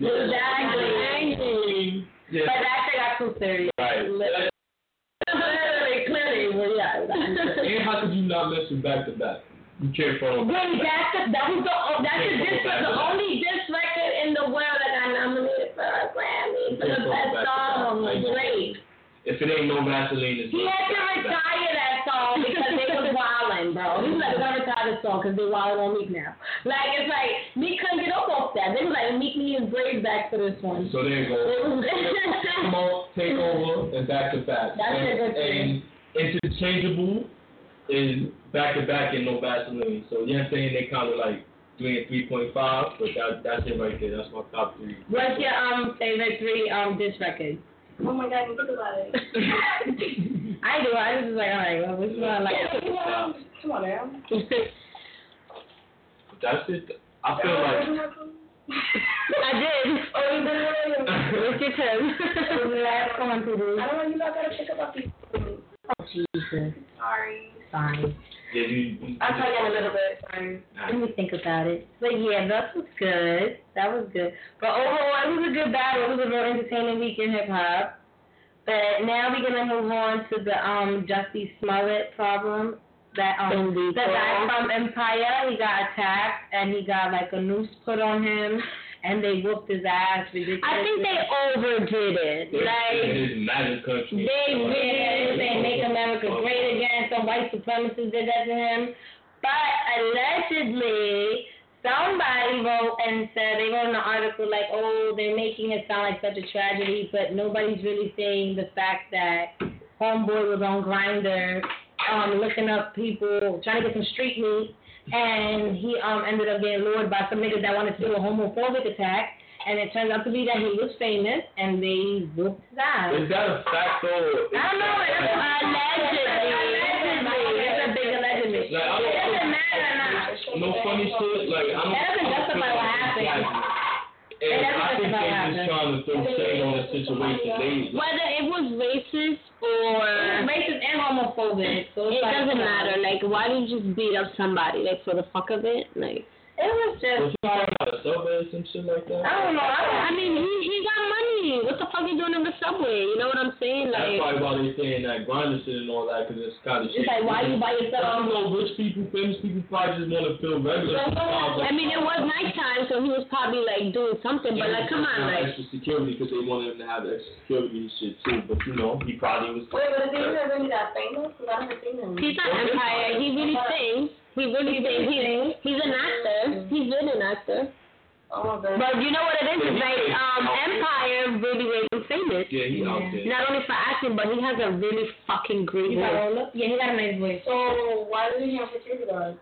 Speaker 3: bitch. Exactly.
Speaker 2: Yeah.
Speaker 3: But that shit got too serious.
Speaker 2: Right.
Speaker 3: Literally, clearly, well, yeah.
Speaker 2: And how could you not mention back to back? You can't follow. back.
Speaker 3: Wait, that's the, that was the oh, that's the disc the only disc record in the world that got nominated for a Grammy for the best song. Great.
Speaker 2: If it ain't no Vaseline, it's
Speaker 3: He
Speaker 2: not
Speaker 3: had to
Speaker 2: back-to-back.
Speaker 3: retire that song because they was wildin', bro. He was like, we're gonna retire this song because they wildin' on Meek now. Like, it's like, Meek couldn't get up off that. They was like, Meek needs his braids back for this one.
Speaker 2: So there you
Speaker 3: It
Speaker 2: go. Come
Speaker 3: was,
Speaker 2: on, take over and back to back.
Speaker 3: That's
Speaker 2: and,
Speaker 3: a good thing.
Speaker 2: And interchangeable is back to back and no Vaseline. So you know what I'm saying? They kind of like doing a 3.5, but that that's it right there. That's my top three.
Speaker 3: What's your um favorite three um disc records?
Speaker 5: Oh my god, think about it.
Speaker 3: I do. I was just like, all right, well, which one I like?
Speaker 5: Come on now.
Speaker 2: That's it. I feel like
Speaker 3: I did.
Speaker 5: Oh, you didn't really-
Speaker 3: What's your turn? Last one to do.
Speaker 5: I don't know, you guys gotta pick up after you.
Speaker 3: Oh, Jesus.
Speaker 5: Sorry.
Speaker 3: Fine.
Speaker 2: yeah, you, you,
Speaker 5: I'll tell you in a little bit. Sorry.
Speaker 3: Let me think about it. But yeah, that was good. That was good. But overall, it was a good battle. It was a real entertaining week in hip hop. But now we're gonna move on to the um Jussie Smollett problem. That um the guy from Empire, he got attacked and he got like a noose put on him and they whooped his ass. Ridiculous.
Speaker 6: I think they overdid it. Like,
Speaker 2: it is magic country.
Speaker 3: They did and make America great again. Some white supremacists did that to him. But allegedly, somebody wrote and said they wrote an article like, oh, they're making it sound like such a tragedy, but nobody's really saying the fact that Homeboy was on Grinder, um, looking up people, trying to get some street meat, and he um ended up getting lured by some niggas that wanted to do a homophobic attack. And it turns out to be that he was famous, and they whooped his ass.
Speaker 2: Is that a fact though?
Speaker 3: I don't know. It's allegedly.
Speaker 2: no funny shit. Like I don't.
Speaker 3: That doesn't
Speaker 2: I don't
Speaker 3: justify
Speaker 2: feel
Speaker 3: what
Speaker 2: like it's
Speaker 3: happened.
Speaker 2: like- And
Speaker 3: That
Speaker 2: I think
Speaker 3: doesn't justify
Speaker 2: they just
Speaker 3: what
Speaker 2: trying to throw shade on the situation. They
Speaker 4: Whether it was racist or
Speaker 3: Racist and homophobic. So it's
Speaker 4: it
Speaker 3: like,
Speaker 4: doesn't matter. Like, why did you just beat up somebody? Like for the fuck of it? Like,
Speaker 3: It
Speaker 2: was
Speaker 3: was just.
Speaker 2: he talking about a sub or some shit like that?
Speaker 3: I don't know. I don't.
Speaker 4: I mean, he he got money. What the fuck you doing in the subway? You know what I'm saying?
Speaker 2: That's
Speaker 4: Like,
Speaker 2: probably why they saying that grinder shit and all that because it's kind of shit.
Speaker 3: It's like why you
Speaker 2: I
Speaker 3: by yourself?
Speaker 2: don't know. Rich people, famous people probably just want to feel regular.
Speaker 4: I mean, it was nighttime, so he was probably like doing something. But like, come on,
Speaker 2: Not
Speaker 4: like.
Speaker 2: extra security because they wanted him to have extra security and shit too. But you know, he probably was.
Speaker 5: Wait, but is he really that famous? Because I haven't seen him.
Speaker 4: He's not Empire. He really sings. He really sings. He's, he's an actor. He's been an actor.
Speaker 5: Oh my god.
Speaker 4: But you know what it is? It's like um, Empire really made him famous.
Speaker 2: Yeah, he out there.
Speaker 4: Not only for acting, but he has a really fucking great
Speaker 3: He's like,
Speaker 4: voice.
Speaker 3: oh, look. Yeah, he got a nice voice.
Speaker 5: So why did he have to take it on?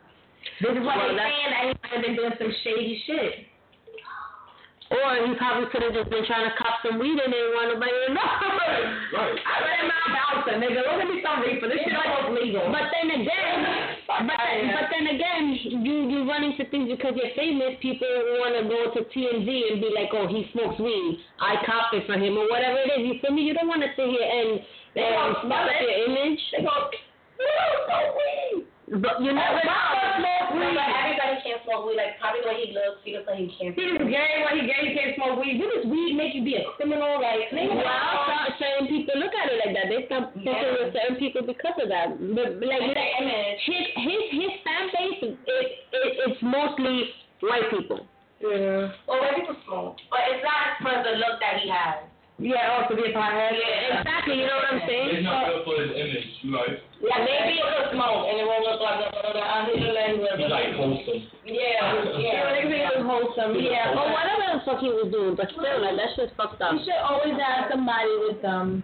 Speaker 3: This is why
Speaker 4: Well,
Speaker 3: they're
Speaker 4: that's-
Speaker 3: saying that he might have been doing some shady shit.
Speaker 4: Or he probably could have just been trying to cop some weed and didn't want nobody to know.
Speaker 2: Right.
Speaker 3: I read in my bouncer, nigga. Look at me some reefer. This shit almost legal.
Speaker 4: But then again, but, but then again, you you run into things because you're famous. People want to go to TMZ and be like, oh, he smokes weed. I copped it for him or whatever it is. You feel me? You don't want to sit here and and smell your image. But you're not.
Speaker 5: But everybody can't smoke weed. Like probably the way he looks, he looks like he can't.
Speaker 3: He was gay, what he gay, he can't smoke weed. What does weed make you be a criminal? Like, nigga,
Speaker 4: Well,
Speaker 3: wow.
Speaker 4: some- certain people look at it like that. They stop fucking with certain people because of that. But but like
Speaker 5: Their image.
Speaker 4: his his his fan base is it, it, it's mostly white people.
Speaker 5: Well, white people smoke, but it's not for the look that he has.
Speaker 3: Yeah, also be a pothead.
Speaker 4: Exactly, you know what I'm
Speaker 2: It's
Speaker 4: saying?
Speaker 2: not good for his image. You like,
Speaker 5: Yeah, maybe it was smoke, and it won't look like a uh, his language.
Speaker 2: he like wholesome.
Speaker 5: Yeah,
Speaker 3: Yeah,
Speaker 5: yeah.
Speaker 3: nigga think it was wholesome.
Speaker 4: Yeah,
Speaker 3: Yeah.
Speaker 4: or whatever the fuck he was doing, but still, like that shit's fucked up.
Speaker 3: You should always have somebody with them.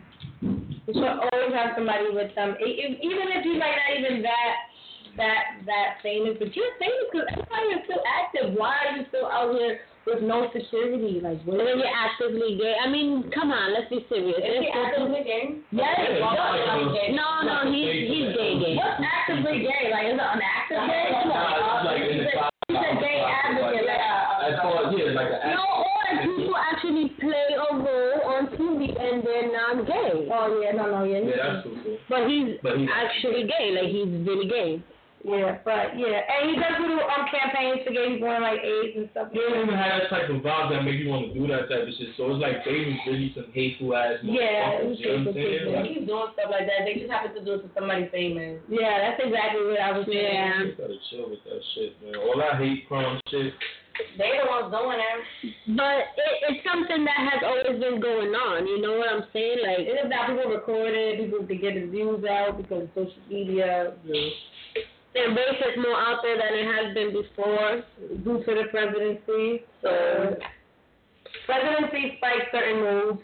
Speaker 3: You should always have somebody with them. E- e- Even if you might not even that that that famous, but you're famous because everybody is still active. Why are you still out here with no security? Like,
Speaker 4: And
Speaker 3: what?
Speaker 4: then you're actively gay. I mean, come on, let's be serious.
Speaker 5: Is he
Speaker 4: Let's-
Speaker 5: actively gay?
Speaker 3: Yes,
Speaker 2: Yeah, it's
Speaker 3: what?
Speaker 2: like, uh,
Speaker 4: no, no, he's he's gay, gay.
Speaker 3: What's actively gay? Like, is it an active gay? Come on.
Speaker 2: Nah, it's like in the closet,
Speaker 3: He's a gay advocate.
Speaker 2: like,
Speaker 5: uh,
Speaker 3: Yeah.
Speaker 2: As far as yeah, like an
Speaker 4: No, or people actually play a role on TV and they're not gay.
Speaker 3: Oh yeah, no, no, yeah.
Speaker 2: Yeah,
Speaker 3: he's-
Speaker 2: that's so cool.
Speaker 4: But he's
Speaker 2: But he's-
Speaker 4: actually gay. Like he's really gay.
Speaker 3: Yeah, but yeah, and he does little um campaigns to get people on like AIDS and stuff.
Speaker 2: They don't even have that type of vibe that make you want to do that type of shit. So it's like they was really some hateful ass
Speaker 3: Yeah,
Speaker 2: motherfuckers. you know what I'm saying?
Speaker 3: hateful
Speaker 2: Like,
Speaker 5: He's doing stuff like that. They just happen to do it to somebody famous.
Speaker 3: Yeah, that's exactly what I was saying.
Speaker 2: you gotta chill with that shit, man. All that hate crime shit.
Speaker 5: They the ones doing it.
Speaker 4: But it, it's something that has always been going on. You know what I'm saying? Like
Speaker 3: It's about people recording, people to get the views out because of social media,
Speaker 4: and race is more out there than it has been before.
Speaker 3: due to the presidency. So presidency spiked certain moves.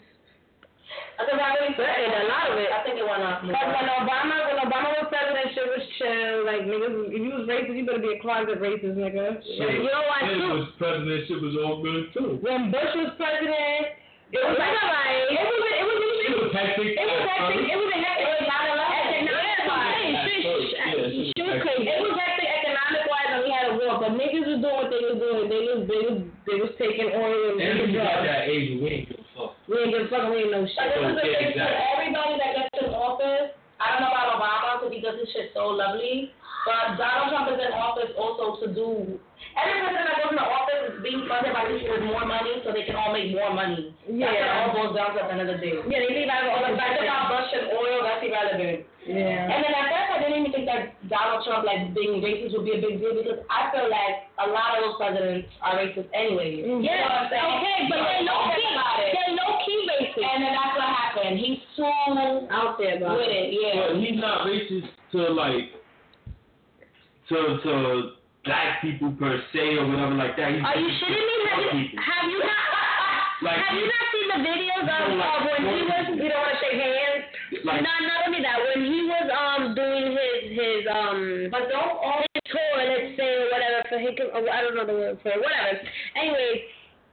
Speaker 5: I think I really
Speaker 3: Certain, a lot of it.
Speaker 5: I think it went up.
Speaker 3: Like when Obama, when Obama was president, shit was chill. Like niggas, if you was racist, you better be a closet racist, nigga.
Speaker 2: Shit.
Speaker 4: You know what?
Speaker 2: Shit
Speaker 4: too?
Speaker 2: was president shit was all good too.
Speaker 3: When Bush was president, it was like
Speaker 4: Right.
Speaker 3: it was it was
Speaker 2: It was hectic.
Speaker 3: it was hectic. It was a hectic. It was not a lot.
Speaker 4: Hey,
Speaker 2: Yeah,
Speaker 4: shit,
Speaker 2: sure,
Speaker 4: shit,
Speaker 2: yeah,
Speaker 4: shit
Speaker 2: sure.
Speaker 4: was crazy.
Speaker 3: It was hectic economic wise and we had a war, but niggas was doing what they was doing. They was they was they was taking oil and
Speaker 2: And
Speaker 3: taking
Speaker 2: we got
Speaker 3: drugs.
Speaker 2: that age, we ain't give a fuck.
Speaker 3: We ain't give a fuck. We ain't no shit.
Speaker 5: Like, this is the
Speaker 2: Yeah,
Speaker 5: thing for
Speaker 2: exactly.
Speaker 5: everybody that gets in office. I don't know about Obama because he does his shit so lovely, but Donald Trump is in office also to do. Every president that goes into office is being funded by people with more money, so they can all make more money. That's what it
Speaker 3: Yeah.
Speaker 5: all goes down to at the end of the day.
Speaker 3: Yeah, they leave out all
Speaker 5: But
Speaker 3: the
Speaker 5: the fact about Bush and oil, that's irrelevant.
Speaker 3: Yeah.
Speaker 5: And then at first, I didn't even think that Donald Trump like being racist would be a big deal because I feel like a lot of those presidents are racist anyway. You know what I'm saying?
Speaker 4: Okay, but they're low
Speaker 5: Think
Speaker 4: key.
Speaker 5: about it.
Speaker 4: They're low key racist.
Speaker 5: And then that's what happened. He's too
Speaker 3: Out there, bro.
Speaker 5: with it, yeah.
Speaker 2: But he's not racist to like to to black people per se or whatever like that. He's
Speaker 4: Are you
Speaker 2: racist to
Speaker 4: shitting me? Have
Speaker 2: white
Speaker 4: you
Speaker 2: people.
Speaker 4: have you not
Speaker 2: Like-
Speaker 4: have you not seen the videos of, of when he was
Speaker 3: You don't want to shake hands.
Speaker 2: Like
Speaker 4: not not only that when he was um doing his his um
Speaker 5: But don't all
Speaker 4: his tour let's say or whatever for him I don't know the word for it whatever anyways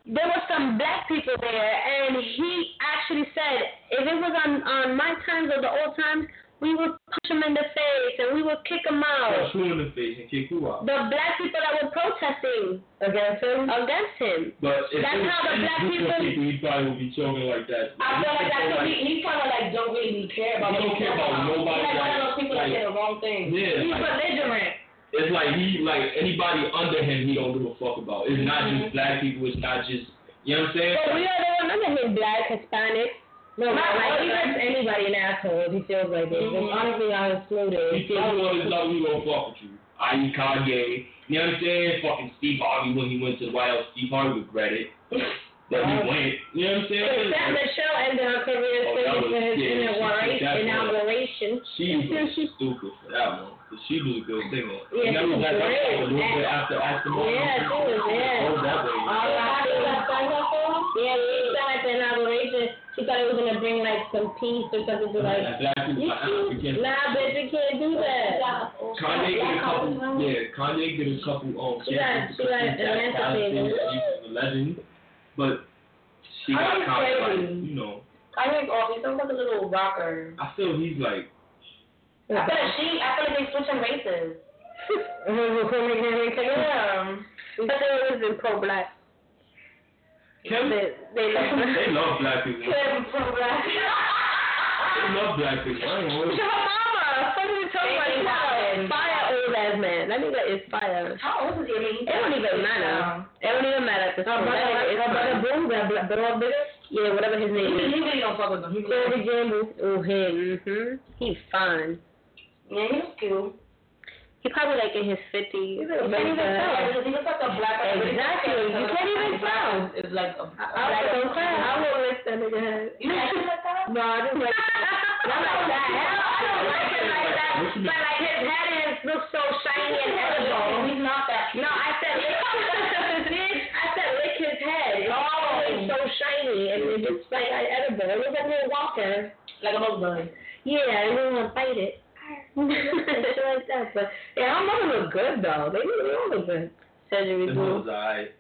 Speaker 4: there were some black people there and he actually said if it was on on my times or the old times
Speaker 3: We would punch them in the face and we would kick them
Speaker 2: Got
Speaker 3: out.
Speaker 2: shoot in the face and kick who out.
Speaker 3: The black people that were protesting
Speaker 8: Against him?
Speaker 3: against him.
Speaker 2: But if
Speaker 3: That's
Speaker 2: it was
Speaker 3: how the
Speaker 2: any
Speaker 3: black
Speaker 2: group of
Speaker 3: people-
Speaker 2: people, he probably would be choking like that.
Speaker 5: I feel like that's what he, he kind of like don't really care about.
Speaker 2: He don't care about
Speaker 5: He's
Speaker 2: nobody,
Speaker 5: Like one of those people that
Speaker 2: like-
Speaker 5: say the wrong thing.
Speaker 2: Yeah,
Speaker 5: He's
Speaker 2: like-
Speaker 5: belligerent.
Speaker 2: It's like he like anybody under him he don't give a fuck about. It's not just
Speaker 5: Mm-hmm.
Speaker 2: black people, it's not just you know what I'm saying?
Speaker 3: But we are the one under him, black, Hispanic. No,
Speaker 5: Not
Speaker 3: like,
Speaker 5: all
Speaker 3: he
Speaker 5: of
Speaker 3: makes anybody an asshole if he feels like it. Because honestly, I exclude it.
Speaker 2: He told me all this stuff, he gonna fuck with you. I.e. Kanye. You know what I'm saying? Fucking Steve Harvey when he went to the White House, Steve Harvey regretted that he went. You know what I'm saying?
Speaker 3: Except
Speaker 2: Like,
Speaker 3: Michelle ended her career
Speaker 2: Oh, that was-
Speaker 3: singing
Speaker 2: yeah,
Speaker 3: for his
Speaker 2: she-
Speaker 3: inaugura-
Speaker 2: that's what-
Speaker 3: inauguration.
Speaker 2: she was stupid for that one. 'cause she was a good singer. and
Speaker 3: Yeah,
Speaker 2: that
Speaker 3: she
Speaker 2: was
Speaker 3: was
Speaker 2: like
Speaker 3: great.
Speaker 2: a little bit after after
Speaker 3: Yeah, she was, yeah.
Speaker 2: Oh, that way.
Speaker 3: Yeah, she said at the inauguration, she thought it was gonna bring like some peace or something to like.
Speaker 2: black people, black Africans.
Speaker 3: Nah, bitch, you can't do that.
Speaker 2: Kanye did a couple, yeah, Kanye did a couple, um,
Speaker 3: She got-
Speaker 2: chances
Speaker 3: she
Speaker 2: because
Speaker 3: got
Speaker 2: he's that
Speaker 3: emancipated.
Speaker 2: talented, she's a legend, but she
Speaker 5: I
Speaker 2: got
Speaker 5: think
Speaker 2: caught by,
Speaker 5: Kanye-
Speaker 2: you know,
Speaker 5: I think all he's like a little rocker.
Speaker 2: I feel he's like,
Speaker 5: I feel like she, I feel like they switching races. Yeah.
Speaker 3: But they always been pro black.
Speaker 2: Kim,
Speaker 3: They, they like.
Speaker 2: they love black people, they love black people, I don't know.
Speaker 3: mama. Fuck you talking about
Speaker 5: Baby
Speaker 3: now.
Speaker 5: mama.
Speaker 3: Fire old ass man. That nigga is fire.
Speaker 5: How old is he? I mean,
Speaker 3: It don't even matter. It don't even matter at this point. That nigga is fire. Yeah, whatever his
Speaker 5: He,
Speaker 3: name is.
Speaker 5: he really don't fuck with him. He
Speaker 3: Corey
Speaker 5: really,
Speaker 3: Gamble. Oh, him. hmm He's fine.
Speaker 5: yeah, he was cute.
Speaker 3: He probably like in his 50s.
Speaker 5: You can't even tell. He looks like a black
Speaker 3: Exactly. You can't even tell.
Speaker 5: It's like
Speaker 3: I
Speaker 5: a
Speaker 3: would I would miss that nigga head.
Speaker 5: You actually like that?
Speaker 3: No, I just like. Not like that. I don't like it like that. But like his head is looks so shiny and edible.
Speaker 5: He's not that.
Speaker 3: No, I said lick bitch. I said lick his head. It's
Speaker 5: Oh.
Speaker 3: always so shiny and it's just like I edible. It looks like a little walker.
Speaker 5: Like a bullseye.
Speaker 3: Yeah, I didn't want to bite it. Shit like that. But yeah, her mother look good though. They really all look good.
Speaker 2: Them
Speaker 3: Surgery boo.
Speaker 2: hoes alright.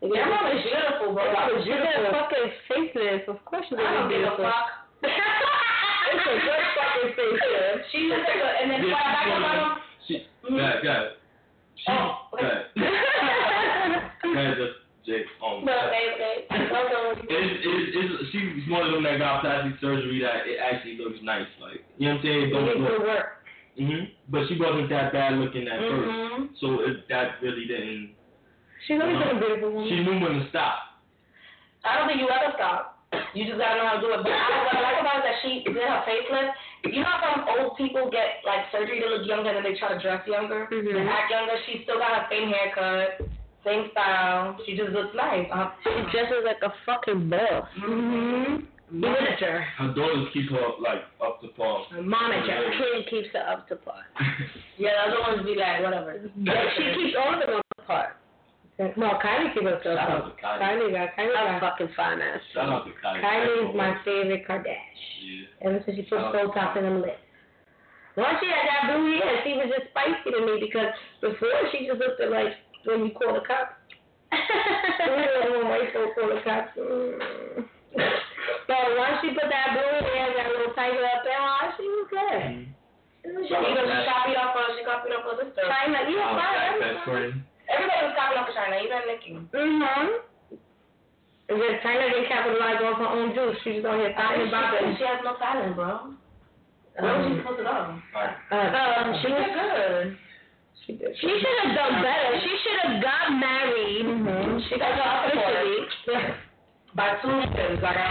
Speaker 5: Your mom is beautiful, bro.
Speaker 3: She got fucking faceless. Of course she's
Speaker 5: I
Speaker 3: gonna
Speaker 5: don't
Speaker 3: be
Speaker 5: give a
Speaker 3: beautiful.
Speaker 5: fuck.
Speaker 3: It's a good fucking facelift.
Speaker 5: She looks like a, and then
Speaker 2: Yeah,
Speaker 5: when I back up on him,
Speaker 2: She, God, God, she,
Speaker 5: Oh, okay.
Speaker 2: God, God, just, Jake, um,
Speaker 5: no, babe, babe. Don't go with
Speaker 2: It's, it's, it's, she's one of them that got plastic surgery that it actually looks nice, like, you know what I'm saying? It don't look, hmm But she wasn't that bad looking at first,
Speaker 5: Mhm.
Speaker 2: so it, that really didn't.
Speaker 3: She's always been a beautiful woman.
Speaker 2: She knew when to stop.
Speaker 5: I don't think you ever stop. You just gotta know how to do it. But I, what I like about it is that she did her facelift. You know how some old people get like surgery to look younger and then they try to dress younger
Speaker 3: Mhm.
Speaker 5: and act younger? She still got her same haircut, same style. She just looks nice. Uh,
Speaker 3: She dresses like a fucking boss.
Speaker 5: mm-hmm.
Speaker 3: Manager.
Speaker 2: Her daughters keep her up, like up to par.
Speaker 3: Manager. She keeps her up to par.
Speaker 5: Yeah, the other ones be like, whatever.
Speaker 3: But she keeps all of them up to par.
Speaker 8: No, Kylie keeps us
Speaker 2: Shout
Speaker 8: up.
Speaker 2: out to Kylie.
Speaker 8: Kylie got, Kylie
Speaker 3: I'm
Speaker 8: got.
Speaker 3: fucking fine ass.
Speaker 2: Shout out to Kylie.
Speaker 8: Kylie is my favorite Kardashian.
Speaker 2: Yeah.
Speaker 8: Ever since she put
Speaker 2: Oh.
Speaker 8: Soul Top in them lips.
Speaker 3: Once she had that blue hair, she was just spicy to me because before she just looked at like when you call the cops. when white folk call the cops. mm. but once she put that blue hair, that little tiger up there, oh, she was good.
Speaker 2: Mhm.
Speaker 3: She
Speaker 5: She
Speaker 3: was
Speaker 5: was she copied off her. She copied off her sister.
Speaker 3: fine, like, yeah,
Speaker 2: Shout out to
Speaker 3: fine.
Speaker 2: that best friend.
Speaker 5: Everybody was copying off of China, even Nicki.
Speaker 3: Mm-hmm. Just kind of didn't capitalize off her own juice. She was on here talking about it.
Speaker 5: She has no talent, bro. Where was she
Speaker 3: Um,
Speaker 5: supposed to go?
Speaker 3: um, she
Speaker 5: She
Speaker 3: was
Speaker 5: was good.
Speaker 8: She did.
Speaker 3: She should have done better. She should have got married.
Speaker 8: Mhm.
Speaker 3: She got her Mm-hmm. officially.
Speaker 5: By two niggas, like I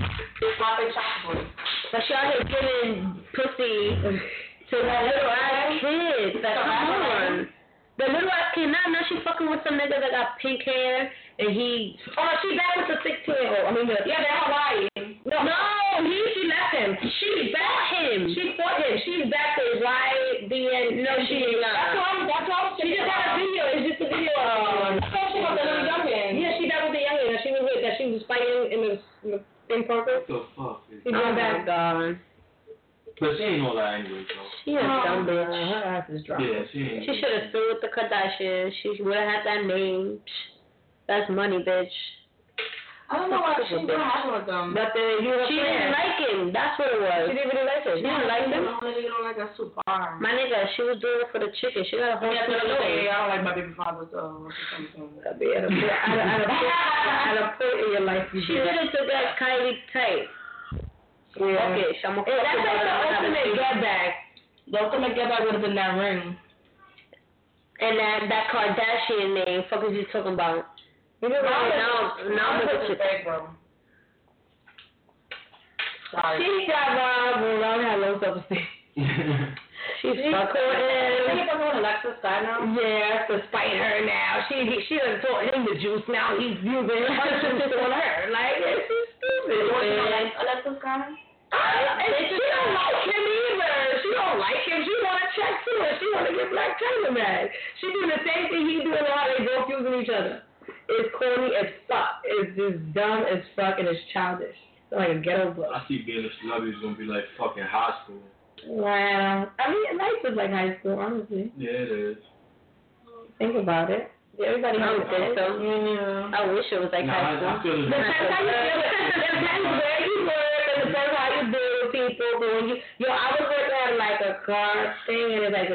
Speaker 5: popping chocolate.
Speaker 3: But she out here giving pussy to the little ass kids. Like, come on. The little ass kid, now, now she fucking with some nigga that got pink hair and he. Oh, she back with the 16 year old. I mean, the,
Speaker 5: Yeah, they're Hawaii.
Speaker 3: no, no, he, she left him. She backed him. She fought him. She's back to YBN. No, she ain't not.
Speaker 5: That's why I'm, that's why I'm
Speaker 3: She just had a video. It's just a video.
Speaker 5: Um,
Speaker 3: Um,
Speaker 5: she was a little youngin'.
Speaker 3: Yeah, she died with the young lady that she was with, that she was fighting in the, in the in Parker.
Speaker 2: What the fuck? is-
Speaker 3: She oh my god.
Speaker 2: But she ain't all that anyway, so.
Speaker 3: She a dumb
Speaker 8: Uh,
Speaker 3: bitch.
Speaker 8: her ass is dry.
Speaker 2: Yeah, she ain't.
Speaker 3: She should have sued with the Kardashians. She would have had that name. Psh, That's money, bitch.
Speaker 5: I don't know why she didn't have one of them.
Speaker 3: But then you were
Speaker 4: She
Speaker 3: friends.
Speaker 4: didn't like him. That's what it was. She didn't really like him. You didn't like him?
Speaker 5: I don't like that soup bar.
Speaker 4: My nigga, she was doing it for the chicken. She got a whole
Speaker 5: Yeah,
Speaker 4: yeah,
Speaker 5: but I'm
Speaker 4: thing.
Speaker 5: okay, I don't like my baby father, uh, so. it's something.
Speaker 4: At a point- at a- at a point- at a point in your life, you she did it to that Kylie type.
Speaker 3: Yeah.
Speaker 4: Okay, so I'm
Speaker 3: If that's like the ultimate
Speaker 4: ultimate.
Speaker 3: get back. The ultimate get back would have been that ring.
Speaker 4: And that that Kardashian name, fuck is you talking about?
Speaker 3: You know
Speaker 4: Now, now, now look at you.
Speaker 5: Sorry.
Speaker 3: She got robbed and Ron had low self esteem.
Speaker 4: She's
Speaker 3: She's
Speaker 4: fucking
Speaker 3: cool.
Speaker 4: with him.
Speaker 5: People know Alexis Steiner.
Speaker 3: Yeah, to spite her now. She he, she done taught him the juice. Now he's using her juice on her. Like it's just stupid.
Speaker 5: You want to know
Speaker 3: man.
Speaker 5: Alex- Alexis Steiner?
Speaker 3: Uh, and she don't like him either. She don't like him. She want to check too. And she want to get Black China mad. She doing the same thing he doing. How they both using each other. It's corny as fuck. It's just dumb as fuck and it's childish. It's like a ghetto book.
Speaker 2: I see being a celebrity is gonna be like fucking high school.
Speaker 3: Wow. I mean, life is like high school, honestly.
Speaker 2: Yeah, it is.
Speaker 3: Think about it. Everybody
Speaker 4: I
Speaker 3: has
Speaker 4: don't think so.
Speaker 3: Yeah.
Speaker 5: Mm-hmm.
Speaker 4: I wish it was like
Speaker 2: Nah,
Speaker 4: high school.
Speaker 2: I, I feel it.
Speaker 3: Depends how you feel. It depends where you work. It depends how you deal with people. But when you, yo, I was working at like a car thing, and it's like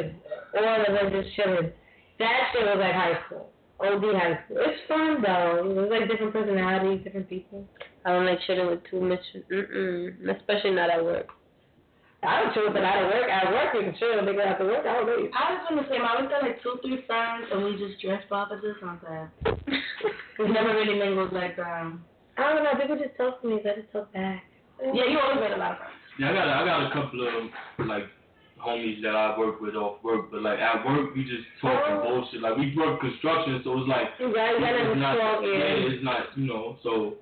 Speaker 3: all of us just chilling. That shit was like high school, OD high school. It's fun though. It was like different personalities, different people.
Speaker 4: I don't like chilling with too much. Mm-mm. Especially not at work.
Speaker 3: I don't chill with a lot of work. At work, we can chill. Nigga, after work, I don't know you.
Speaker 5: I was gonna say, I was got like two, three friends, and we just dressed opposites on that. We never really mingled like um, that.
Speaker 3: I don't know. People just talk to me. so I just talk back.
Speaker 5: Yeah, you always made a lot of friends.
Speaker 2: Yeah, I got a, I got a couple of like homies that I work with off work, but like at work we just talk and bullshit. Like we work construction, so it's like
Speaker 3: You guys, you gotta
Speaker 2: it's
Speaker 3: be
Speaker 2: not,
Speaker 3: strong.
Speaker 2: yeah,
Speaker 3: Yeah.
Speaker 2: it's not you know. So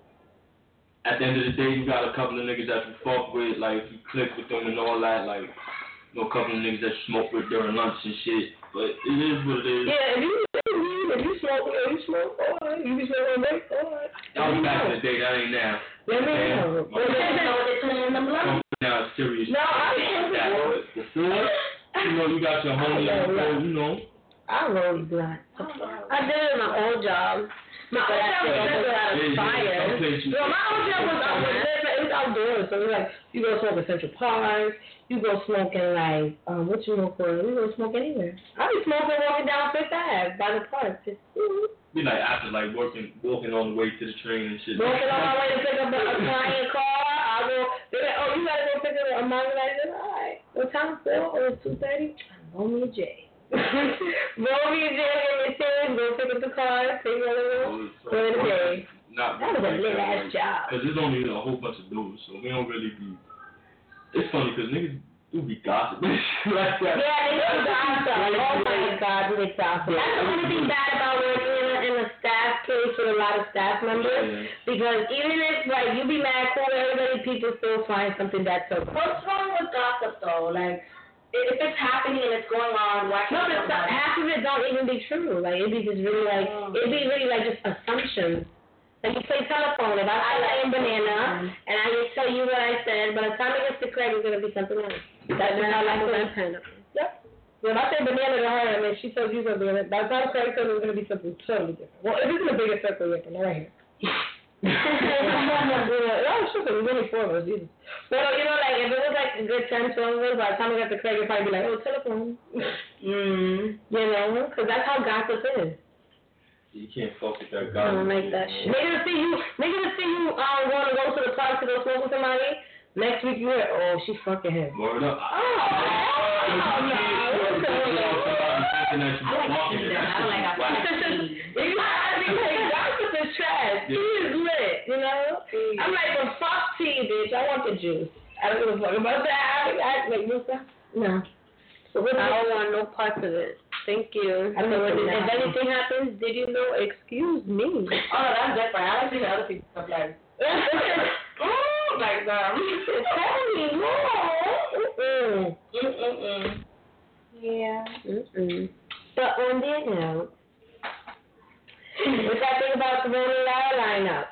Speaker 2: at the end of the day, you got a couple of niggas that you fuck with, like you click with them and all that, like you know, a couple of niggas that you smoke with during lunch and shit. But it is what it is.
Speaker 3: Yeah, if you if you- if you smoke, if you smoke, alright. You be smoking, back, alright.
Speaker 2: That was back in the day. That ain't now.
Speaker 3: Let me
Speaker 2: Yeah.
Speaker 3: know.
Speaker 2: My
Speaker 5: You know what they put in them lungs?
Speaker 2: Don't put down serious.
Speaker 3: No, I
Speaker 2: shit like
Speaker 3: don't.
Speaker 2: that. But before, you know, you got your homies,
Speaker 3: Yeah, yeah.
Speaker 2: you know.
Speaker 3: I roll blunt.
Speaker 4: I did it in my old job.
Speaker 3: My
Speaker 4: But I
Speaker 3: old
Speaker 4: still
Speaker 3: job was
Speaker 4: don't-
Speaker 3: out of
Speaker 2: Yeah,
Speaker 3: fire.
Speaker 2: someplace you-
Speaker 3: No, my old job was out It was outdoors, so it was like you go smoke in Central Park, you go smoke in like um, what you know for? We go smoke anywhere. I be smoking walking down Fifth Ave by the park, just ooh,
Speaker 2: Be like after like working, walking on the way to the train and shit.
Speaker 3: walking on my way to pick up a, a client car. I go, they like, oh, you gotta go pick up a Maserati. All right, what time? Four or two thirty? Roll me a J. Roll me a J and things. Go pick up the car. Take it over.
Speaker 2: So it's like
Speaker 3: During the day.
Speaker 2: Not
Speaker 3: That was a lit ass job.
Speaker 2: Cause there's only a whole bunch of dudes, so we don't really be. It's funny cause niggas do be gossiping like that.
Speaker 3: Yeah, they took the outside. Oh my god, they took the outside. That's the only thing bad about working in a, in a staff case with a lot of staff members.
Speaker 2: Yeah.
Speaker 3: Because even if like you be mad cool at everybody, people still find something that's so cool.
Speaker 5: What's wrong with gossip though? Like, i- if it's happening and it's going on, why
Speaker 3: No,
Speaker 5: can't
Speaker 3: but some,
Speaker 5: somebody-
Speaker 3: half of it don't even be true. Like it'd be just really like it'd be really like just assumptions. Like you play telephone. If I I lay in banana and I just tell you what I said, by the time it gets to Craig, it's gonna be something else. That's when I like when
Speaker 4: Sometimes.
Speaker 3: When I say banana to her, and then she tells you something, and by the time Craig says it's going to be something totally different. Well, this is the biggest circle yet, right here. oh, yeah, that was true, because there's only four of us, Jesus. But, uh, you know, like, if it was, like, a good 10, 12 of us, by the time we got to Craig, it'd probably be like, oh, telephone.
Speaker 5: Mm.
Speaker 3: You know? Because that's how gossip is.
Speaker 2: You can't fuck with that gossip.
Speaker 4: I don't
Speaker 2: shit,
Speaker 4: like that
Speaker 2: man.
Speaker 4: shit.
Speaker 3: Niggas see you, niggas see you um, want to go to the park to go smoke with somebody, next week you hear, oh, she fucking him.
Speaker 2: Word up.
Speaker 3: Oh, hell no. What's going on?
Speaker 5: I don't like
Speaker 2: Wow.
Speaker 5: gossip.
Speaker 3: You know, I mean, like, gossip is trash. Tea is lit, you know? I'm like, well, fuck tea, bitch. I want the juice. I don't give a fuck about that. I, I, like, no, fuck. No. So what
Speaker 4: I
Speaker 3: about
Speaker 4: don't want no parts of it. Thank you.
Speaker 3: I don't know what it
Speaker 4: if
Speaker 3: is.
Speaker 4: anything happens, did you know? Excuse me.
Speaker 5: Oh, no, that's different. I don't see the other people stuff like, mm, like them.
Speaker 3: Hey, no. Mm-mm.
Speaker 5: Mm-mm-mm.
Speaker 6: Yeah.
Speaker 4: Mm-mm.
Speaker 3: But on that note, what I think about the morning hour lineup?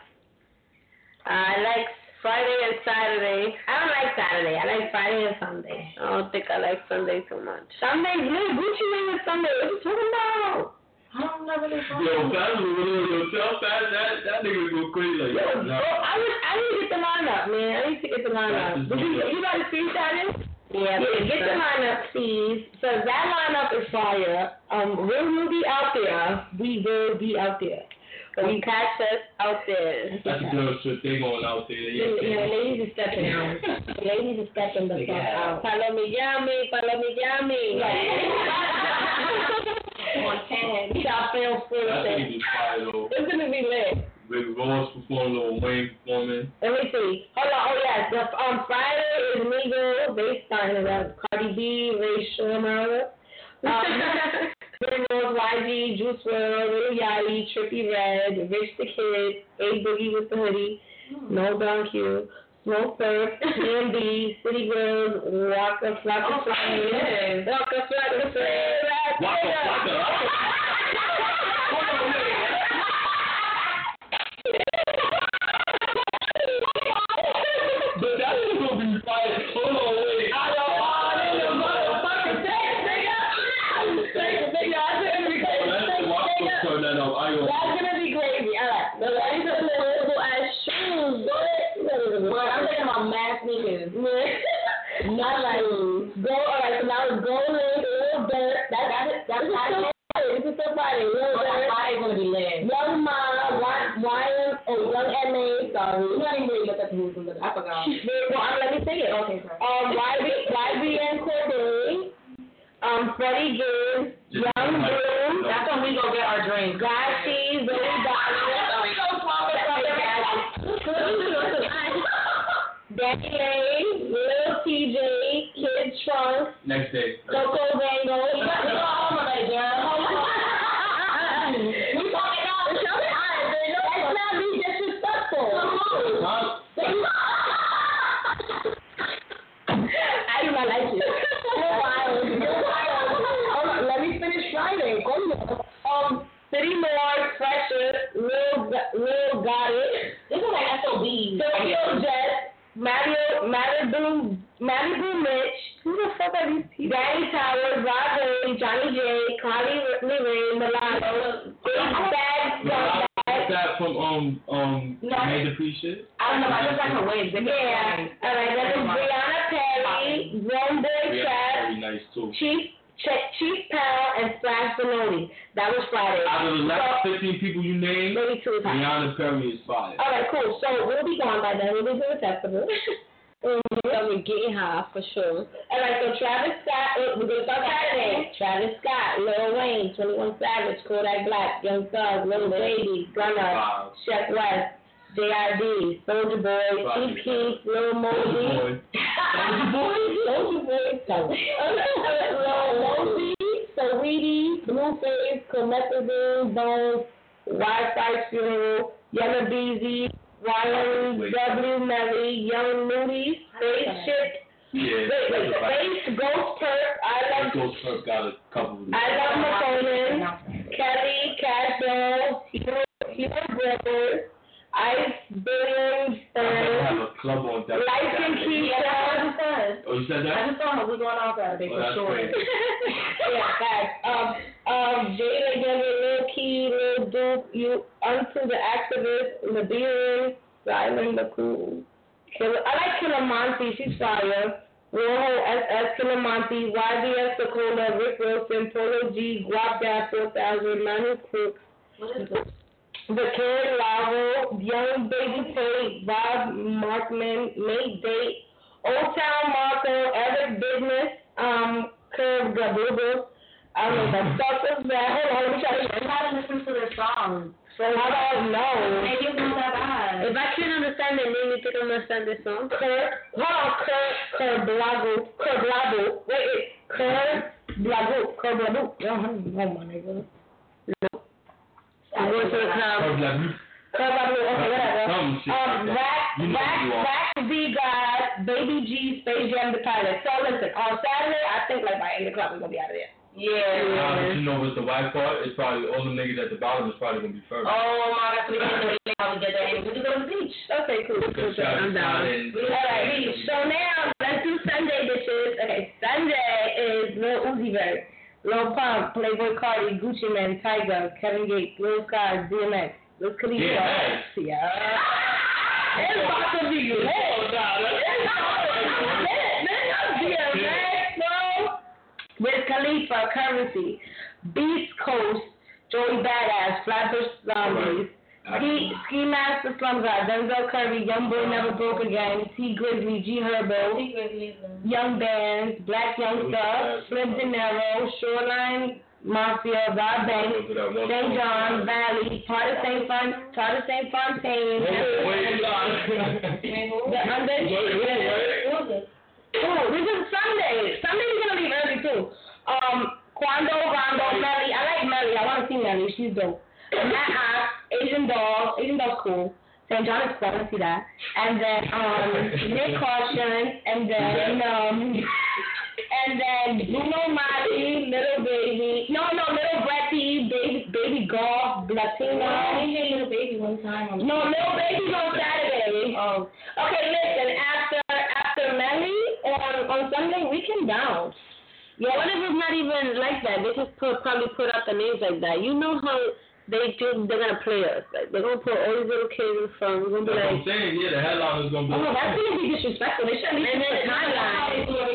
Speaker 4: I like Friday and Saturday.
Speaker 3: I don't like Saturday. I like Friday and Sunday.
Speaker 4: I don't think I like Sunday too much.
Speaker 3: Sunday's good. Gucci Mane is Sunday. What you talking about?
Speaker 5: I don't know really
Speaker 2: Yo, Fast was really yourself. Fast, that that nigga go crazy like yo. Nah.
Speaker 4: Oh, I need, I need to get the line up, man. I need to get the line up.
Speaker 2: Fast is
Speaker 4: Did you,
Speaker 2: dope.
Speaker 4: you got a screenshot in? Yeah,
Speaker 2: Yeah,
Speaker 4: get
Speaker 2: sure.
Speaker 4: the lineup, please. So that lineup is fire. Um, we will be out there. We will be out there. But you catch us out there.
Speaker 2: That's a girl shit. They going out there.
Speaker 4: Yeah, yeah,
Speaker 2: Yeah.
Speaker 4: ladies are stepping out. ladies are stepping the fuck out. Palomillami, palomillami.
Speaker 5: Montana.
Speaker 4: Y'all feel free.
Speaker 2: That
Speaker 4: to-
Speaker 2: nigga was fire though.
Speaker 4: It's gonna be lit.
Speaker 2: Rick Ross performing, Lil Wayne performing.
Speaker 4: Let me see. Hold on. Oh yeah, the, um, Friday is legal. They signed it up. Cardi B, Ray Schumacher, um, Rick Ross, YG, Juice WRLD, Lil Yachty, Trippy Red, Rich the Kid, A Boogie with the Hoodie, No Don Q, Smoke Surf, B, City Girls, Waka Flocka Flocka, Waka Flocka Flocka,
Speaker 2: Waka Flocka. But that nigga gonna be fire. Hold on, wait. That's the Ross gonna turn that up. I go.
Speaker 3: That's gonna be crazy. Alright, the ladies are little little ass shoes. What? But I'm talking about mass sneakers. Not like gold. Alright, so now it's golden, little dirt. That's that's that's hot. This is so funny. Little dirt.
Speaker 5: I'm gonna be lit.
Speaker 3: Young Ma, Wy- Wyans, or Young M.A., sorry. You don't even really look at the who's who, I forgot.
Speaker 4: Well, I'm- let me sing it.
Speaker 3: Okay, sorry.
Speaker 4: Um, YB, YBN Corday, um, Freddie Gibbs,
Speaker 2: Just
Speaker 4: Young
Speaker 2: like-
Speaker 4: Boom,
Speaker 2: no.
Speaker 5: That's when we go get our drinks.
Speaker 4: Gachi, Billy Donovan, Danny Lane, Lil TJ, Kid Trunks,
Speaker 2: Next day.
Speaker 4: Coco Bango.
Speaker 2: Huh?
Speaker 4: I do not like it.
Speaker 3: Let me finish Friday. Go ahead.
Speaker 4: Um, City More, Precious, Lil, Ga- Lil Got It,
Speaker 5: This is like SOB.
Speaker 4: Tokyo Jet, Mario, Malibu, Malibu Mitch. Who the fuck are these people? Danny Towers, Rob Hood, Johnny J, Carly Lorraine, Milano, Big
Speaker 2: Nah,
Speaker 4: Bad Scumbag.
Speaker 2: Is that from um um Made Appreciate?
Speaker 5: I don't know, I just like a wig.
Speaker 4: Yeah, alright, that is Brianna Perry, Rumble Trap,
Speaker 2: Very nice too.
Speaker 4: Chief, Ch- Chief Powell, and Splash Benoni. That was Friday.
Speaker 2: Out of the last fifteen people you
Speaker 4: So,
Speaker 2: named,
Speaker 4: maybe two times.
Speaker 2: Rihanna Perry is fire.
Speaker 4: Alright, cool. So we'll be gone by then. We'll be doing festival. I'm getting high for sure. Alright, so Travis Scott, uh, we're gonna start Saturday. Travis Scott, Lil Wayne, 21 Savage, Kodak Black, Young Thug, Lil Baby, Gunna,
Speaker 2: Wow.
Speaker 4: Chef West, J.I.D., Soldier Boy,
Speaker 2: Right.
Speaker 4: Chief Keef, Lil Mosey,
Speaker 2: Boy.
Speaker 4: Soldier Boy, Soldier Boy, Lil Mosey, Saweetie, Blueface, Comethazine, Bones, Wi-Fi Funeral, Yellow Beezy, Wiley,
Speaker 2: Wait.
Speaker 4: W. Melly, Young Moody, Spaceship,
Speaker 2: Yeah.
Speaker 4: wait, wait, Space Ghost Perk, I Love,
Speaker 2: Ghost Pimp got a couple of
Speaker 4: I Love McConan, Kelly, Cashel, Hero, Hero Brothers, Ice Billions,
Speaker 2: I never have
Speaker 4: Stern,
Speaker 2: a club on that.
Speaker 4: Life and Keisha,
Speaker 2: Oh, you said that?
Speaker 5: I just saw her. We're going out Saturday
Speaker 2: Oh,
Speaker 5: for
Speaker 2: that's
Speaker 5: sure.
Speaker 2: great.
Speaker 4: yeah, guys. Um, um, Jada Younger, Lil Key, Lil Duke, you unto the activist, Liberia, Rylan McCool. Killer, I like Killer Monty. She's fire. Warhol SS, Killer Monty, YBS Dakota, Rick Wilson, Polo G, Guap Dad 4000, Manu Crooks, The Kid Lavo, Young Baby Tate, Bob Markman, Nate Date, Old Town Marco, Epic Business, um, Curve Gabubu. I don't know, the stuff is bad. Hold on, let me try to.
Speaker 5: Everybody listen to this song.
Speaker 4: So I don't know.
Speaker 5: Maybe it's not that bad.
Speaker 9: If I can't understand it, maybe you think I'm gonna send this song.
Speaker 4: Curve, hold on, Curve, Curve Blago, Curve Blago. Wait, wait, Curve Blago, Curve Blago. Oh, my nigga.
Speaker 9: I'm going to the club.
Speaker 2: Club like you.
Speaker 4: Curve Blago, okay, whatever.
Speaker 2: Some shit
Speaker 4: Um,
Speaker 2: like that.
Speaker 4: Rack,
Speaker 2: You know
Speaker 4: Rack,
Speaker 2: who you are.
Speaker 4: Rack the God, Baby G, Space Jam, the pilot. So listen, on Saturday, I think like by 8 o'clock, we're going to be out of there.
Speaker 5: Yeah.
Speaker 2: Now that you know what's the white part, it's probably all the niggas at the bottom is probably gonna be first.
Speaker 5: Oh my God, we didn't really how to get that in. We just go to the beach.
Speaker 4: Okay, cool. cool,
Speaker 2: Good
Speaker 4: cool.
Speaker 2: shot.
Speaker 9: I'm down.
Speaker 2: And-
Speaker 4: Alright, so now let's do Sunday dishes. Okay, Sunday is Lil Uzi Vert, Lil Pump, Playboy Cardi, Gucci Man, Tiger, Kevin Gates, Lil Scott, DMX, Lil Khalifa.
Speaker 2: Yeah.
Speaker 4: Yeah. It's about to be lit. It's about to be lit. Nigga, DMX, bro. Wiz Khalifa, Currency, Beast Coast, Joey Badass, Flatbush Zombies, Ski, Ski Master Slum God, Denzel Curry, Young Boy Never Broke Again, T Grizzly, G Herbo, Young Bands, Black Young Stuff, Slim De Niro, Shoreline Mafia, Rob Banks, St. John, Valley, Part of St. Fon- Part of St. Fontaine, The Under- Oh, this is Sunday. Sunday we're gonna leave early too. Um, Quando, Rondo, Melly. I like Melly. I wanna see Melly. She's dope. Matt Ox, Asian Doll. Asian Doll's cool. St. John is fun. I see that. And then um, Nick Caution. And then um, and then Bruno Mali, Little Baby. No, no, Little Bratty, Baby, Baby Golf, Latino.
Speaker 5: little baby one time. on-
Speaker 4: No, Little Baby's on Saturday.
Speaker 5: Oh,
Speaker 4: Okay, listen, after after Melly on on Sunday we can bounce.
Speaker 10: Yeah, what if it's not even like that? They just put, probably put out the names like that. You know how they do, they're gonna play us. Like, they're gonna put all these little kids in front. We're gonna be
Speaker 2: That's what
Speaker 10: like,
Speaker 2: I'm saying. Yeah, the headline is gonna be.
Speaker 4: Oh, that's gonna be disrespectful. They shouldn't even put a timeline.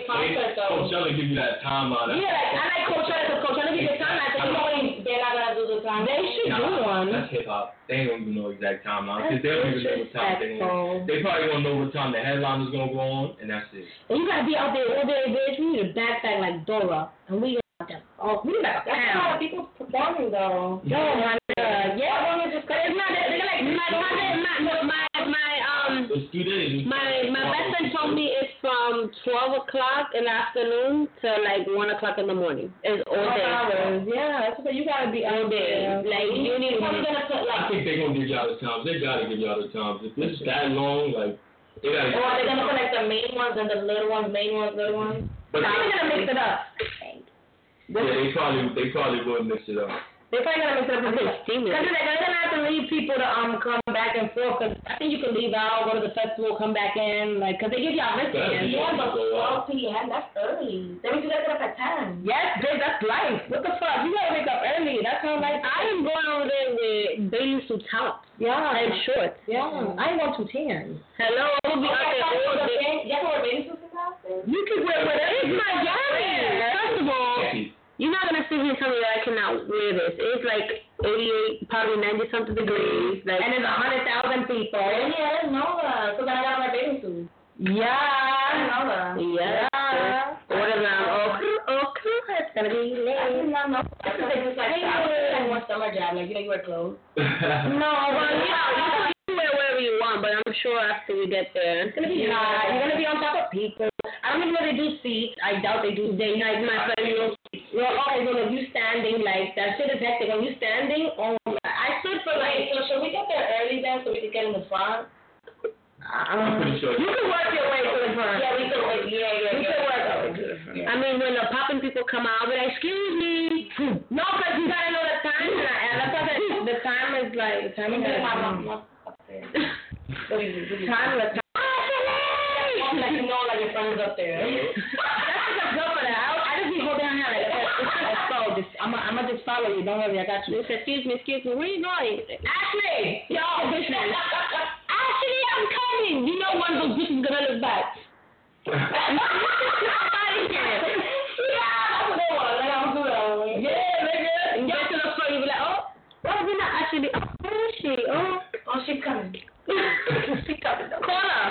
Speaker 2: Hey, Coachella give you that timeline.
Speaker 4: Yeah, like I like Coachella because Coachella gives a timeline. So you know when
Speaker 5: they're not gonna do the time.
Speaker 4: they should do
Speaker 2: Nah,
Speaker 4: one.
Speaker 2: That's hip hop. They ain't gonna even know exact timeline because they don't even know what time they gonna. They probably gonna know what time the headline is gonna go on, and that's it.
Speaker 4: And you gotta be out there all day, bitch. We need a backpack like Dora, and we got them. Oh, we got
Speaker 5: That's how
Speaker 4: town.
Speaker 5: people performing
Speaker 10: Oh,
Speaker 5: though.
Speaker 4: Yo, my nigga, yeah, I wanna just. But it's not that. They're like my my my my, my um.
Speaker 2: It's two days.
Speaker 10: my my best friend told me it's from 12 o'clock in the afternoon to like 1 o'clock in the morning. It's all
Speaker 4: Twelve
Speaker 10: day.
Speaker 4: hours. Yeah, that's what you gotta be out there.
Speaker 10: Like, you need
Speaker 5: Probably gonna put
Speaker 2: I
Speaker 5: like.
Speaker 2: think they gonna give y'all the times. They gotta give y'all the times. If this is that long, like they gotta.
Speaker 5: Or they're gonna put like the main ones and the little ones, main ones, little ones.
Speaker 2: but
Speaker 4: Probably gonna mix it up.
Speaker 2: yeah, they probably they probably would mix it up.
Speaker 4: They probably gonna mix it up a bit.
Speaker 10: steam
Speaker 4: Cause
Speaker 10: it.
Speaker 4: they're they're gonna have to leave people to um come back and forth. Cause I think you can leave out, go to the festival, come back in, like, cause they give y'all wristbands.
Speaker 5: Yeah, but 12 p.m. That's early. That means you gotta get up at 10.
Speaker 4: Yes, bitch, that's life. What the fuck? You gotta wake up early. That's how life.
Speaker 10: I am going over there with bathing suit tops
Speaker 4: Yeah,
Speaker 10: and shorts.
Speaker 4: yeah. I ain't want to tan.
Speaker 10: Hello, we'll be out there all day.
Speaker 5: You have to wear bathing suits and stuff?
Speaker 4: You can wear whatever.
Speaker 10: It's Miami. First of all, you're not gonna sit here and tell me that I cannot wear this. It's like 88, probably 90 something degrees. Like,
Speaker 4: And it's a hundred thousand people.
Speaker 5: Oh, Yeah, that's Nova. So then I gotta wear bathing suits. That's
Speaker 4: Yeah.
Speaker 5: Nova.
Speaker 10: yeah.
Speaker 4: Yeah.
Speaker 10: What is that? Oh, okay, it's gonna be
Speaker 5: I
Speaker 10: late.
Speaker 5: did not know. I thought it was like, I was like more summer job. Like, you know, you wear clothes.
Speaker 2: no.
Speaker 10: Well, yeah, you can wear whatever you want, but I'm sure after we get there, it's
Speaker 4: It's gonna be hot. You're gonna be on top of people. I don't even know if they do seats. I doubt they do day night. My friend, you're, you're always gonna you standing like that shit is hectic. When you standing, oh, I stood for like.
Speaker 5: Wait, so should we get there early then so we could get in the front?
Speaker 2: I'm pretty sure.
Speaker 4: You can work your way to the front.
Speaker 5: Yeah, we could wait. Yeah, yeah,
Speaker 4: You
Speaker 5: yeah.
Speaker 4: can work your way to the front.
Speaker 10: I mean, when the popping people come out, I'll be like, excuse me.
Speaker 4: No, cause you gotta know the time. And that's why the, the time is like the time is
Speaker 5: Look at my
Speaker 4: like.
Speaker 5: mom. Up there. What do you Ah, do? What do you do?
Speaker 4: Time is like.
Speaker 5: Mom, like, you know, like, your friend is up there.
Speaker 4: That's because I'm good for that. I, I just be holding her hand like, okay, let's, let's go. Just, I'm gonna just follow you. Don't worry, I got you.
Speaker 10: Just excuse me, excuse me. Where you going?
Speaker 4: Ashley, yo,
Speaker 10: Actually, I'm coming. You know, one of those bitches gonna look back.
Speaker 5: That's what they want. Like, I'm good. I'm like,
Speaker 4: yeah,
Speaker 10: You
Speaker 4: nigga.
Speaker 10: get to the front, you be like, oh, why is it not actually? Oh, where is she? Oh,
Speaker 5: Oh, she's coming.
Speaker 10: she coming. Call her.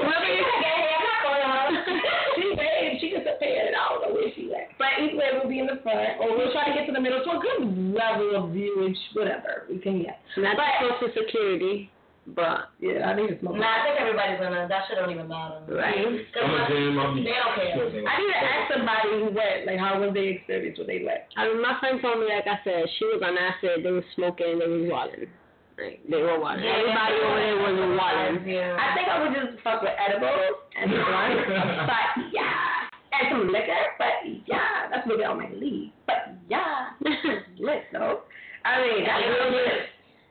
Speaker 5: Whoever you can get here, I'm not going home.
Speaker 4: She babe, she disappeared. I don't know where she went. But either way, we'll be in the front, or we'll try to get to the middle to a good level of viewage, whatever we can get.
Speaker 10: Not but, close to security, but
Speaker 4: Yeah, I think it's more.
Speaker 5: Nah, I think everybody's gonna. That shit don't even matter.
Speaker 10: right.
Speaker 2: I'm a dream. I'll be.
Speaker 5: They don't care.
Speaker 4: I need to ask somebody who went, like, how was their experience when they left?
Speaker 10: I mean, my friend told me, like I said, she was on acid. They were smoking. They were walling. Like they were walling. Everybody over there was walling.
Speaker 5: Yeah.
Speaker 4: I think I would just fuck with edibles and blunt, but yeah, and some liquor, but yeah, that's maybe on my leave, but yeah, lit though. I mean, that shit,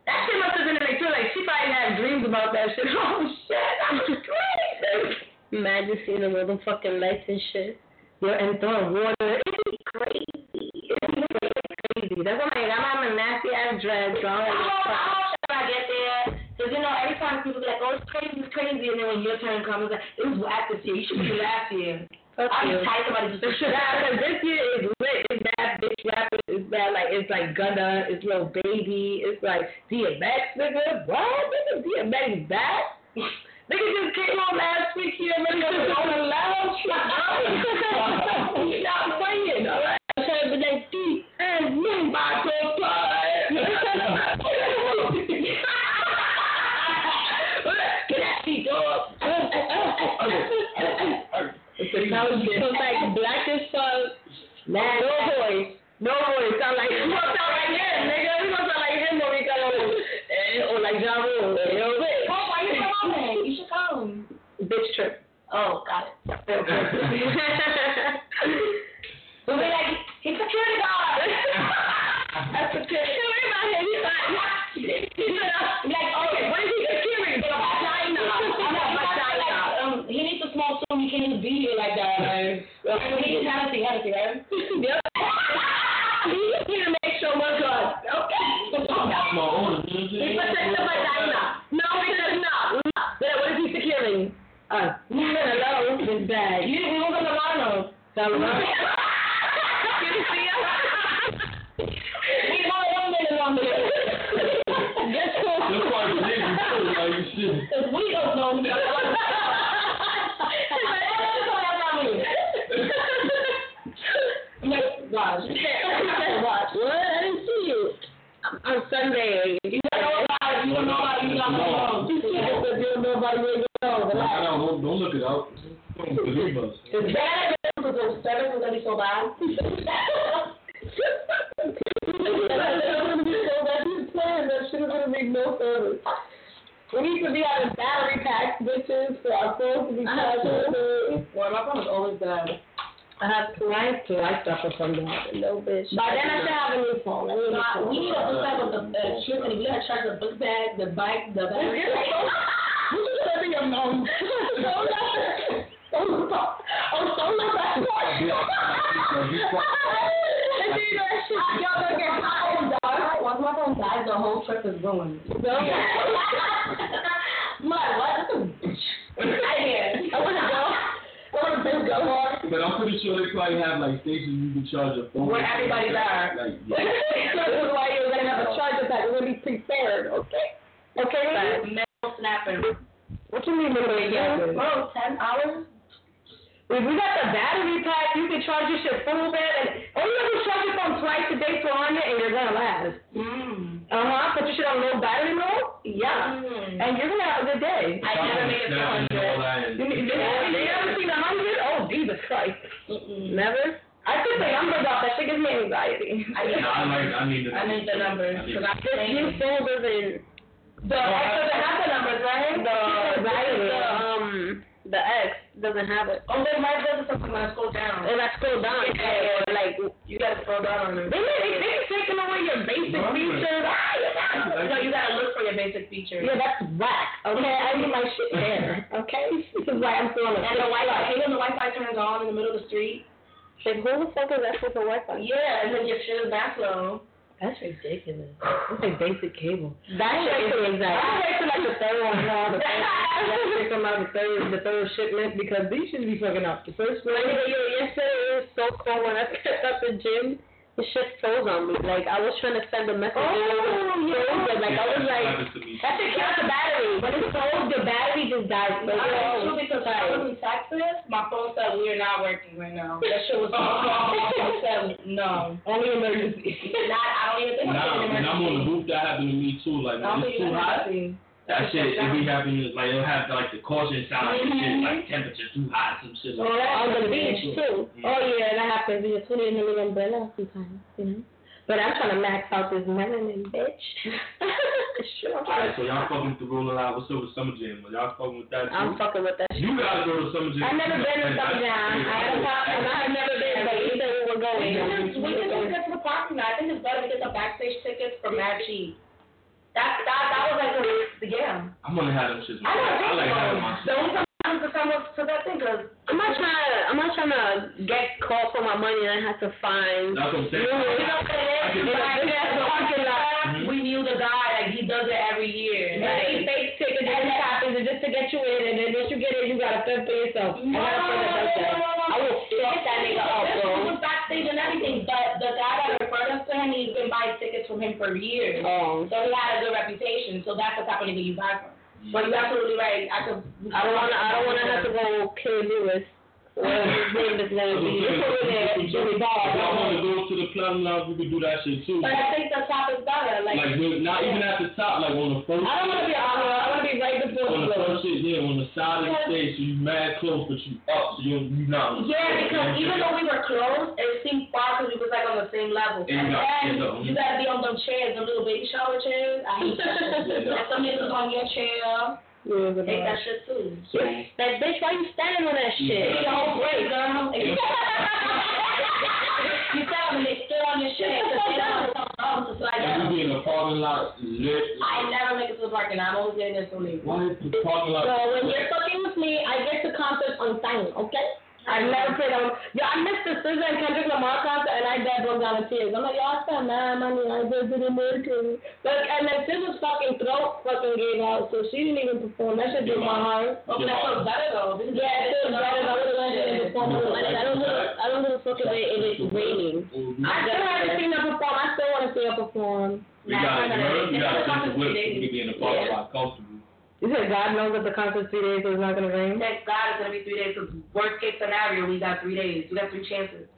Speaker 4: that shit must have been in her too. Like she probably had dreams about that shit. Oh shit, that was crazy.
Speaker 10: Imagine seeing the motherfucking lights and shit.
Speaker 4: You're in throwing water. It's crazy. crazy. That's what I'm like. I'm on a nasty ass dread, so
Speaker 5: I
Speaker 4: I'm like,
Speaker 5: hope, I
Speaker 4: fuck.
Speaker 5: hope that I get there. Because, you know, every time people be like, oh, it's crazy, it's crazy. And then when your turn comes, it's like, it was whack this year. You should be last year.
Speaker 4: Fuck
Speaker 5: I'm
Speaker 4: you.
Speaker 5: just tired about it. Just shut
Speaker 4: Nah,
Speaker 5: up.
Speaker 4: cause this year is lit. It's bad bitch rappers. It's bad like it's like Gunna. It's little baby. It's like DMX nigga. What nigga DMX back? Nigga just came on last week here. Nigga was on the lounge. You're not playing. All right. I'm trying to be like DMX. Michael Get at me, dog. Technology feels like black as fuck. no voice. No voice. Sound like you gonna sound like him, nigga. You gonna sound like him when we come over. Eh, Or like Ja Rule. You know what
Speaker 5: Oh, why you call me? You should call him.
Speaker 4: Bitch trip.
Speaker 5: Oh, got it. But we like, he's security guard.
Speaker 4: That's a kid. What about him? He's like,
Speaker 5: like, okay, what is he securing? But vagina. I'm like, vagina. Um, he needs to smoke soon. He can't even be here like that. Like, he needs Hennessy, Hennessy, right?
Speaker 4: Yep. He's here to make sure we're good. Okay.
Speaker 2: My own. you know what I'm
Speaker 4: He
Speaker 2: saying?
Speaker 4: protects the vagina. No, he does not. But what is he securing? Uh, hello. This bag.
Speaker 5: You, we won't go to Milano. We want one minute longer. Just
Speaker 2: That's why you did you feel like you should.
Speaker 5: because we don't know. But everyone's going to have my meeting. Like, watch. Watch.
Speaker 4: On Sunday, you
Speaker 5: You don't know about it. You don't know about it. You don't know about it.
Speaker 4: don't know about where you go.
Speaker 2: I don't, don't, don't look it up. Don't believe us.
Speaker 5: That is going to be so bad. um,
Speaker 3: That shit is gonna make no sense. We need to be on a battery pack, bitches, for our phones to be charged.
Speaker 5: Well, my phone is always dead.
Speaker 4: I have to write to write stuff or something.
Speaker 3: No, bitch.
Speaker 5: By then I should have a new
Speaker 3: phone. I need a
Speaker 5: Nah,
Speaker 3: phone.
Speaker 5: we need to hook up with the uh, trip and we gotta charge the book bag, the bike, the bag. Ah, Once my phone dies, the whole trip is ruined. Mud, what? I want to go.
Speaker 2: But I'm pretty sure they probably have like stations you can charge your phone.
Speaker 5: Where everybody's at.
Speaker 2: Like, yeah.
Speaker 5: But metal snapping.
Speaker 4: What you mean, nobody gets it?
Speaker 5: Bro, 10 hours?
Speaker 4: If we got the battery pack, you can charge your shit full bed, and all you have to charge your phone twice a day for on it, and you're gonna last.
Speaker 5: Mm.
Speaker 4: Uh huh. Put your shit on low battery mode. Yeah.
Speaker 5: Mm.
Speaker 4: And you're gonna have a good day.
Speaker 5: I never made it to
Speaker 2: Snapping and
Speaker 5: 100.
Speaker 2: all that and-
Speaker 4: You, you, you ever seen a hundred? Oh Jesus Christ!
Speaker 5: Mm-mm.
Speaker 4: Never. I took the numbers off. That shit gives me anxiety.
Speaker 5: I
Speaker 2: Yeah, I like, I need to.
Speaker 5: I need the numbers
Speaker 2: I need-
Speaker 5: because I'm
Speaker 4: This new
Speaker 5: saying
Speaker 4: phone doesn't.
Speaker 5: the extra that have the numbers, right?
Speaker 4: The
Speaker 5: right. uh,
Speaker 4: the um the X doesn't have it.
Speaker 5: oh, then mine does something when I scroll down.
Speaker 4: If I scroll down,
Speaker 5: Yeah.
Speaker 4: yeah, like
Speaker 5: You gotta scroll down on it.
Speaker 4: they they they taking away your basic
Speaker 2: Right.
Speaker 4: features. Ah, you know.
Speaker 5: So you gotta look for your basic features.
Speaker 4: Yeah, that's whack. Okay, I need my shit there. Okay, this is why I'm feeling
Speaker 5: And
Speaker 4: it.
Speaker 5: the Wi-Fi, hey, when the Wi-Fi turns on in the middle of the street.
Speaker 4: Like, who the fuck is asking for Wi-Fi?
Speaker 5: Yeah, and then your shit is that slow.
Speaker 11: That's ridiculous.
Speaker 4: It's like basic cable.
Speaker 11: That shit is
Speaker 4: I
Speaker 11: exactly.
Speaker 4: wait till like the third one come out, the third, I wait till like the third, the third shipment because these should be fucking up. The first one.
Speaker 11: Like, yo, yesterday it was so cold when I stepped out the gym. The shit froze on me. Like I was trying to send a message. and it
Speaker 4: Oh,
Speaker 11: was frozen. Like I was like,
Speaker 2: happens to me.
Speaker 11: that shit kills the battery. When it's cold, the battery just dies.
Speaker 5: I
Speaker 11: Like,
Speaker 5: was
Speaker 11: oh,
Speaker 5: too because I was in Texas. My phone said we are not working right now. That shit was on. said no.
Speaker 4: Only emergency.
Speaker 5: Not, I don't even think
Speaker 2: Nah, when I'm on the
Speaker 5: emergency.
Speaker 2: roof, that happened to me too. Like,
Speaker 5: I don't
Speaker 2: when
Speaker 5: think
Speaker 2: it's
Speaker 5: it's
Speaker 2: too hot,
Speaker 5: emergency.
Speaker 2: that shit, it be happening, like, it'll have, like, the caution sign and shit, like, temperature too hot, some shit like that.
Speaker 11: on the beach too.
Speaker 2: Yeah.
Speaker 11: Oh yeah, that happens. You just put it in the little umbrella sometimes, you know. But I'm trying to max out this melanin, bitch. sure. I'm trying
Speaker 2: Alright, so y'all fucking with the Rolling Loud, what's up with Summer Jam? Are y'all fucking with that
Speaker 11: to- I'm
Speaker 2: too?
Speaker 11: fucking with that shit.
Speaker 2: You gotta go to Summer Jam.
Speaker 11: I've never been to Summer Jam. I had a problem. I have never been, but either we were
Speaker 5: We
Speaker 11: going.
Speaker 5: can we can just get to the parking lot. I think it's better to get the backstage tickets for Mad Cheap. That, that, that was like, the- yeah.
Speaker 2: I'm gonna have them shits.
Speaker 5: I
Speaker 2: I
Speaker 5: don't
Speaker 2: like having
Speaker 5: think
Speaker 2: my
Speaker 5: so. The only time I was to come up to that thing, cause
Speaker 4: I'm not trying to. I'm not trying to get called for my money and I have to find.
Speaker 2: That's what I'm saying.
Speaker 5: you know what it is. Like, that's the parking
Speaker 2: Mm-hmm.
Speaker 5: lot. We knew the guy, like he does it every year.
Speaker 4: Right. Fake tickets and copies and just to get you in, and then once you get in, you gotta fend for yourself. And
Speaker 5: No, no,
Speaker 4: I
Speaker 5: no,
Speaker 4: feel
Speaker 5: no,
Speaker 4: like
Speaker 5: no,
Speaker 4: that's-
Speaker 5: no, no.
Speaker 4: I will fuck that nigga up,
Speaker 5: This
Speaker 4: bro.
Speaker 5: was backstage and everything, but the guy that referred us to him, he's been buying tickets from him for years.
Speaker 4: Um,
Speaker 5: So he had a good reputation, so that's the type of nigga you buy from. But you're absolutely right. I could.
Speaker 4: I don't wanna. I don't wanna have to go kill Lewis. Whatever his name is gonna be. It's over there. Jimmy
Speaker 2: Oh, If y'all
Speaker 4: Ball.
Speaker 2: want to go to the platinum lounge, we could do that shit too.
Speaker 5: But I think the top is better. Like,
Speaker 2: Like, we're not even at the top, like on the first.
Speaker 4: I don't wanna be on her. I wanna be right before
Speaker 2: On the first
Speaker 4: Lewis.
Speaker 2: shit, yeah, on the side of the stage, so you mad close, but you up, so you're, you not.
Speaker 5: yeah, because even though we were close, it seemed far because we was like on the same level.
Speaker 2: And you got-
Speaker 5: then
Speaker 2: and the-
Speaker 5: you gotta be on them chairs, the little baby shower chairs. I hate that shit.
Speaker 2: Yeah.
Speaker 5: And some niggas on your chair.
Speaker 4: Yeah, but,
Speaker 5: Hate
Speaker 4: uh,
Speaker 5: that shit too.
Speaker 2: So,
Speaker 4: Like, bitch, why you standing on that shit?
Speaker 5: Be all great, girl. You tell them they still on your shit. 'cause they don't know something else. It's like,
Speaker 2: like, we be in the parking lot lit.
Speaker 5: I never make it to the parking. lot. I'm always getting there so late.
Speaker 2: Why is the parking lot?
Speaker 4: So when you're fucking with me, I get the concert on time, okay? I never played on. Yo, I missed the SZA and Kendrick Lamar concert, and I dead broke down in tears. I'm like, yo, I spent mad money. I just didn't make it. Like, and then SZA's fucking throat fucking gave out, so she didn't even perform. That shit broke my heart.
Speaker 5: Oh, but that feels better though. This is-
Speaker 4: Yeah, it feels better. I would have went and performed. I would've went. I don't give a, I don't give a fuck if it- if it's raining. I still haven't seen her perform. I still want to see her perform.
Speaker 2: We got it, girl. We got a sense of whip, so we could be in the parking
Speaker 4: Yeah.
Speaker 2: lot comfortable.
Speaker 4: You said God knows that the concert's three days, so it's not gonna rain.
Speaker 5: Thank God it's gonna be three days. Cause worst case scenario, we got three days. We got three chances.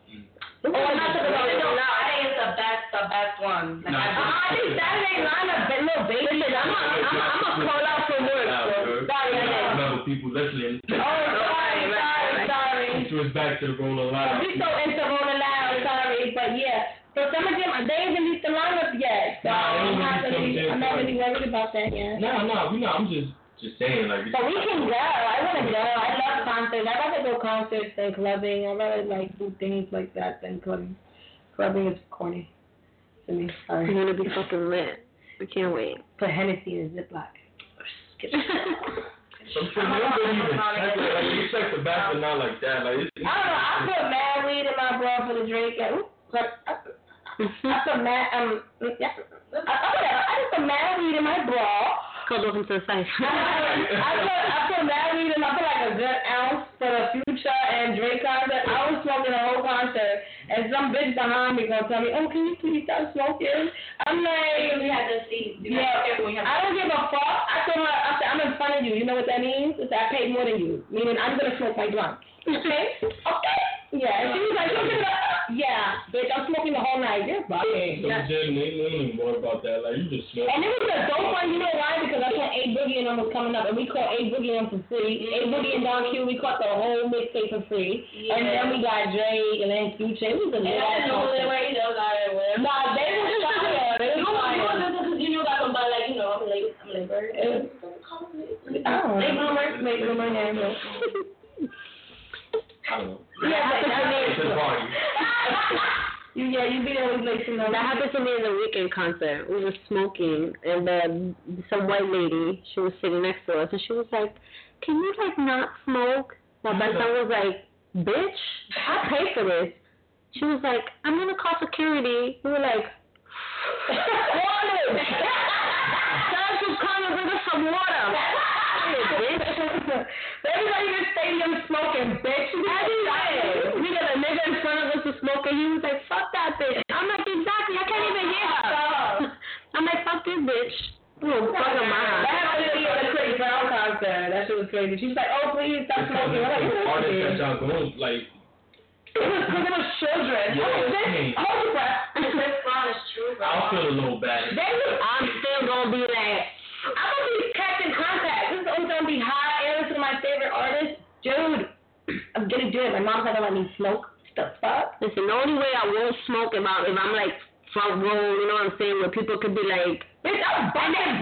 Speaker 4: Oh, I'm not talking about
Speaker 5: I
Speaker 4: it.
Speaker 5: don't know. I think it's the best, the best one. Like, I-
Speaker 4: I think Saturday night a bit little baby. Listen, I'm a, I'm a, I'm a call out from work,
Speaker 2: Now,
Speaker 4: so
Speaker 2: girl.
Speaker 4: sorry, I didn't.
Speaker 2: Remember, people listening.
Speaker 4: Oh, sorry, sorry, sorry.
Speaker 2: So it's back to the rolling loud.
Speaker 4: We're so into rolling loud, sorry, but yeah. So some of them, they ain't released the lineup yet, so
Speaker 2: Nah, they
Speaker 4: I'm not
Speaker 2: released
Speaker 4: really,
Speaker 2: them
Speaker 4: I'm not
Speaker 2: yet.
Speaker 4: really worried about that yet.
Speaker 2: No, no, we not. I'm just, just saying, like.
Speaker 4: But we can go. I wanna go. I love concerts. I'd rather go concerts than clubbing. I'd rather like do things like that than clubbing. Clubbing is corny to me. Sorry.
Speaker 6: I'm gonna be fucking lit. I can't wait.
Speaker 4: Put Hennessy in a Ziploc.
Speaker 2: I'm sure nobody even checked it. Like, you check the back, but not like that. Like, it's.
Speaker 4: I don't know. I put mad weed in my blood for the drink. And, ooh, like, I, I put mad um. Yeah, I, I, whatever. I just put mad weed in my bra.
Speaker 6: Cuddle him to the side.
Speaker 4: I, I put I put mad weed in. I put like a good ounce for the future and Drake concert. I was smoking the whole concert, and some bitch behind me gonna tell me, "Oh, can you please stop smoking?" I'm
Speaker 5: we
Speaker 4: like,
Speaker 5: had to see. You
Speaker 4: Yeah.
Speaker 5: gotta be careful when you have-
Speaker 4: I don't give a fuck. I told her, I said, I'm in front of you. You know what that means? It's that I paid more than you, meaning I'm gonna smoke my blunt. Okay? Okay. Yeah. And she was like, "You're gonna-" yeah, bitch, I'm smoking the whole night. You're
Speaker 2: So,
Speaker 4: bugging.
Speaker 2: Jen, they don't even worry about that. Like, you just smoke.
Speaker 4: And it was a dope one, you know why? Because I thought A Boogie and them was coming up, and we caught A Boogie and for free. A Boogie and Don Q, we caught the whole mixtape for free. And then we got Drake and then Future. It was a
Speaker 5: And I
Speaker 4: lot
Speaker 5: didn't know who they were either. I was like, whatever.
Speaker 4: Nah, they were fire. They
Speaker 5: You was- you
Speaker 4: were
Speaker 5: was
Speaker 4: fire.
Speaker 5: listening 'cause you knew that somebody, like, you know, I'm late, I'm late, bird.
Speaker 4: It
Speaker 5: Late
Speaker 4: Oh.
Speaker 5: bloomer.
Speaker 4: Make them my name, though.
Speaker 2: I don't know.
Speaker 4: Yeah, but I mean,
Speaker 2: It's a party.
Speaker 4: You yeah, you be always late to know.
Speaker 6: That happened to me in the weekend concert. We were smoking, and then some white lady, she was sitting next to us, and she was like, "Can you like not smoke?" My best friend was like, "Bitch, I pay for this." She was like, "I'm gonna call security." We were like, "Warning! Someone should come and bring us some water."
Speaker 4: Everybody in the stadium smoking, bitch.
Speaker 6: Everywhere. We got a nigga in front of us who's smoking. He was like, "Fuck that bitch." I'm like, "Exactly. I can't even hear her." I'm like, "Fuck this bitch." Oh, fuck her
Speaker 4: That
Speaker 6: mind.
Speaker 4: happened to me at the Chris Brown concert. That shit was crazy. She was like, "Oh, please stop
Speaker 2: It's kind
Speaker 4: smoking."
Speaker 2: of
Speaker 4: I'm
Speaker 2: like
Speaker 4: like,
Speaker 2: the
Speaker 4: "What
Speaker 2: artist
Speaker 4: is
Speaker 2: that
Speaker 4: this?"
Speaker 2: y'all going, like,
Speaker 4: It was because it was children.
Speaker 2: Yeah,
Speaker 4: Oh, bitch,
Speaker 2: yeah.
Speaker 4: hold your breath.
Speaker 5: Chris Brown is true, bro.
Speaker 2: I feel a little bad.
Speaker 4: They was
Speaker 6: I'm still gonna be like,
Speaker 4: I'm gonna be kept in contact. This is always gonna be high and listen to my favorite artist. Dude, I'm getting good. My mom's not gonna let me smoke. The fuck?
Speaker 6: listen. The only way I won't smoke if I'm if I'm like front row, you know what I'm saying, where people could be like,
Speaker 4: Bitch, I'm bugging.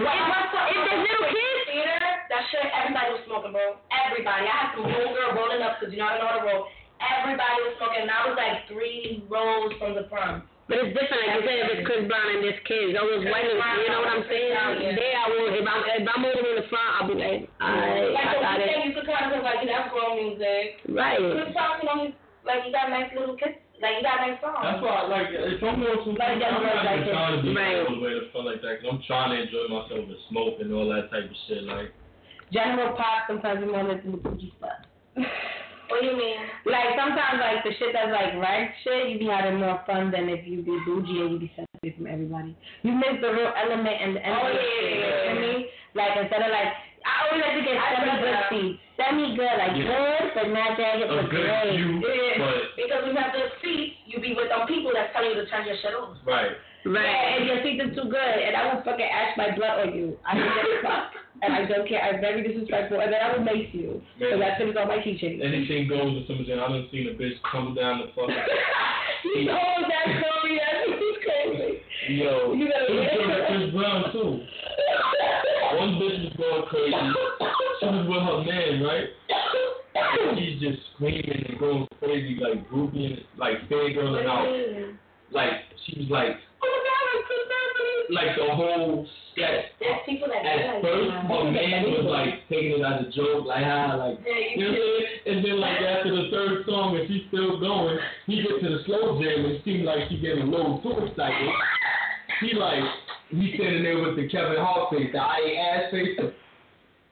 Speaker 6: if, if there's little kids,
Speaker 5: theater, that shit, everybody was smoking, bro. Everybody. I had some whole girl rolling up because you know I don't know how to roll. Everybody was smoking, and I was like three rows from the front.
Speaker 6: but it's different. Like you said, if it's Chris Brown and this kid, all those white, little- you know what I'm saying? There, I won't. If I'm if I'm over in the front, I'll be like, I, I
Speaker 5: Like, so
Speaker 6: got
Speaker 5: you
Speaker 6: it. Mm.
Speaker 5: think you could kind of like, like that's grown music.
Speaker 12: Right.
Speaker 5: Chris Brown, you know, he's like he got nice little kids, like he got nice songs.
Speaker 2: That's why, like, if I'm going to, I'm
Speaker 5: Like, that's
Speaker 2: not even
Speaker 5: like the-
Speaker 2: trying to be
Speaker 12: right.
Speaker 2: all the way to fun like that, 'cause I'm trying to enjoy myself and smoke and all that type of shit. Like,
Speaker 4: General pop sometimes you want to do boogie stuff.
Speaker 5: What do you mean?
Speaker 4: Like sometimes like the shit that's like rag shit, you be having more fun than if you be bougie and you be separated from everybody. You miss the real element and the element.
Speaker 5: yeah, yeah, yeah,
Speaker 4: You know what I mean? Like instead of like I always like to get
Speaker 5: I
Speaker 4: semi
Speaker 5: love
Speaker 4: good
Speaker 5: that.
Speaker 4: seeds. Semi good, like
Speaker 2: Yeah.
Speaker 4: good but not jagged
Speaker 2: a
Speaker 4: but
Speaker 2: good
Speaker 4: great.
Speaker 2: view,
Speaker 5: Yeah.
Speaker 2: but
Speaker 5: Because when you have good seats, you be with them people that tell you to turn your shit off.
Speaker 2: right.
Speaker 4: Yeah, and your feet are too good, and I will fucking ash my blood on you. I don't give a fuck, and I don't care. I'm very disrespectful, and then I will mace you because I put it on my keychain.
Speaker 2: Anything goes with something. I done seen a bitch come down the fucking.
Speaker 4: You told that story. That's crazy.
Speaker 2: Yo,
Speaker 4: You
Speaker 2: it
Speaker 4: gotta-
Speaker 2: was with Chris Brown too. One bitch was going crazy. She was with her man, right? And she's just screaming and going crazy, like grouping, like fangirling out. Like she was like, oh my god, I'm Chris Brown. Like the whole sketch.
Speaker 5: There's people that
Speaker 2: At
Speaker 5: do
Speaker 2: first,
Speaker 5: that.
Speaker 2: her man was like taking it as a joke, like ah, like
Speaker 5: Yeah,
Speaker 2: you know
Speaker 5: you
Speaker 2: what I'm saying? And then like after the third song, and she's still going, he gets to the slow jam and it seemed like she getting a little too excited. He like he's sitting there with the Kevin Hart face, the I ain't ass face.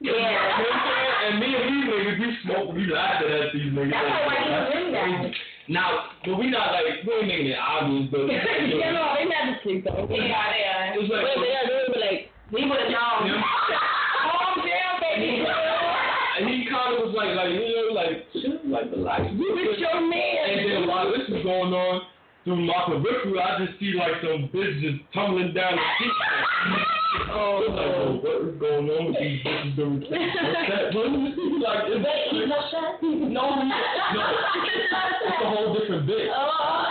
Speaker 2: You know what I'm saying? And me and these niggas, we smoke, we laughing at these niggas.
Speaker 5: That's why he was in that.
Speaker 2: Now, but we not like we ain't making it obvious, but
Speaker 4: you know, they had to sleep though.
Speaker 5: yeah, they are.
Speaker 2: it's like
Speaker 4: But they are they were like,
Speaker 5: We would have known.
Speaker 2: Yeah.
Speaker 5: Calm down, baby.
Speaker 2: and he kind of was like like you know like chill, like relax.
Speaker 4: you with your man.
Speaker 2: And then while this is going on through my peripheral, I just see like some bitch just tumbling down the street. Oh, like, oh, what is going on with these bitches? doing? What's that? What is this? Like, is that
Speaker 5: Wait, you know shut?
Speaker 2: no, no, it's a whole different bit.
Speaker 4: Oh.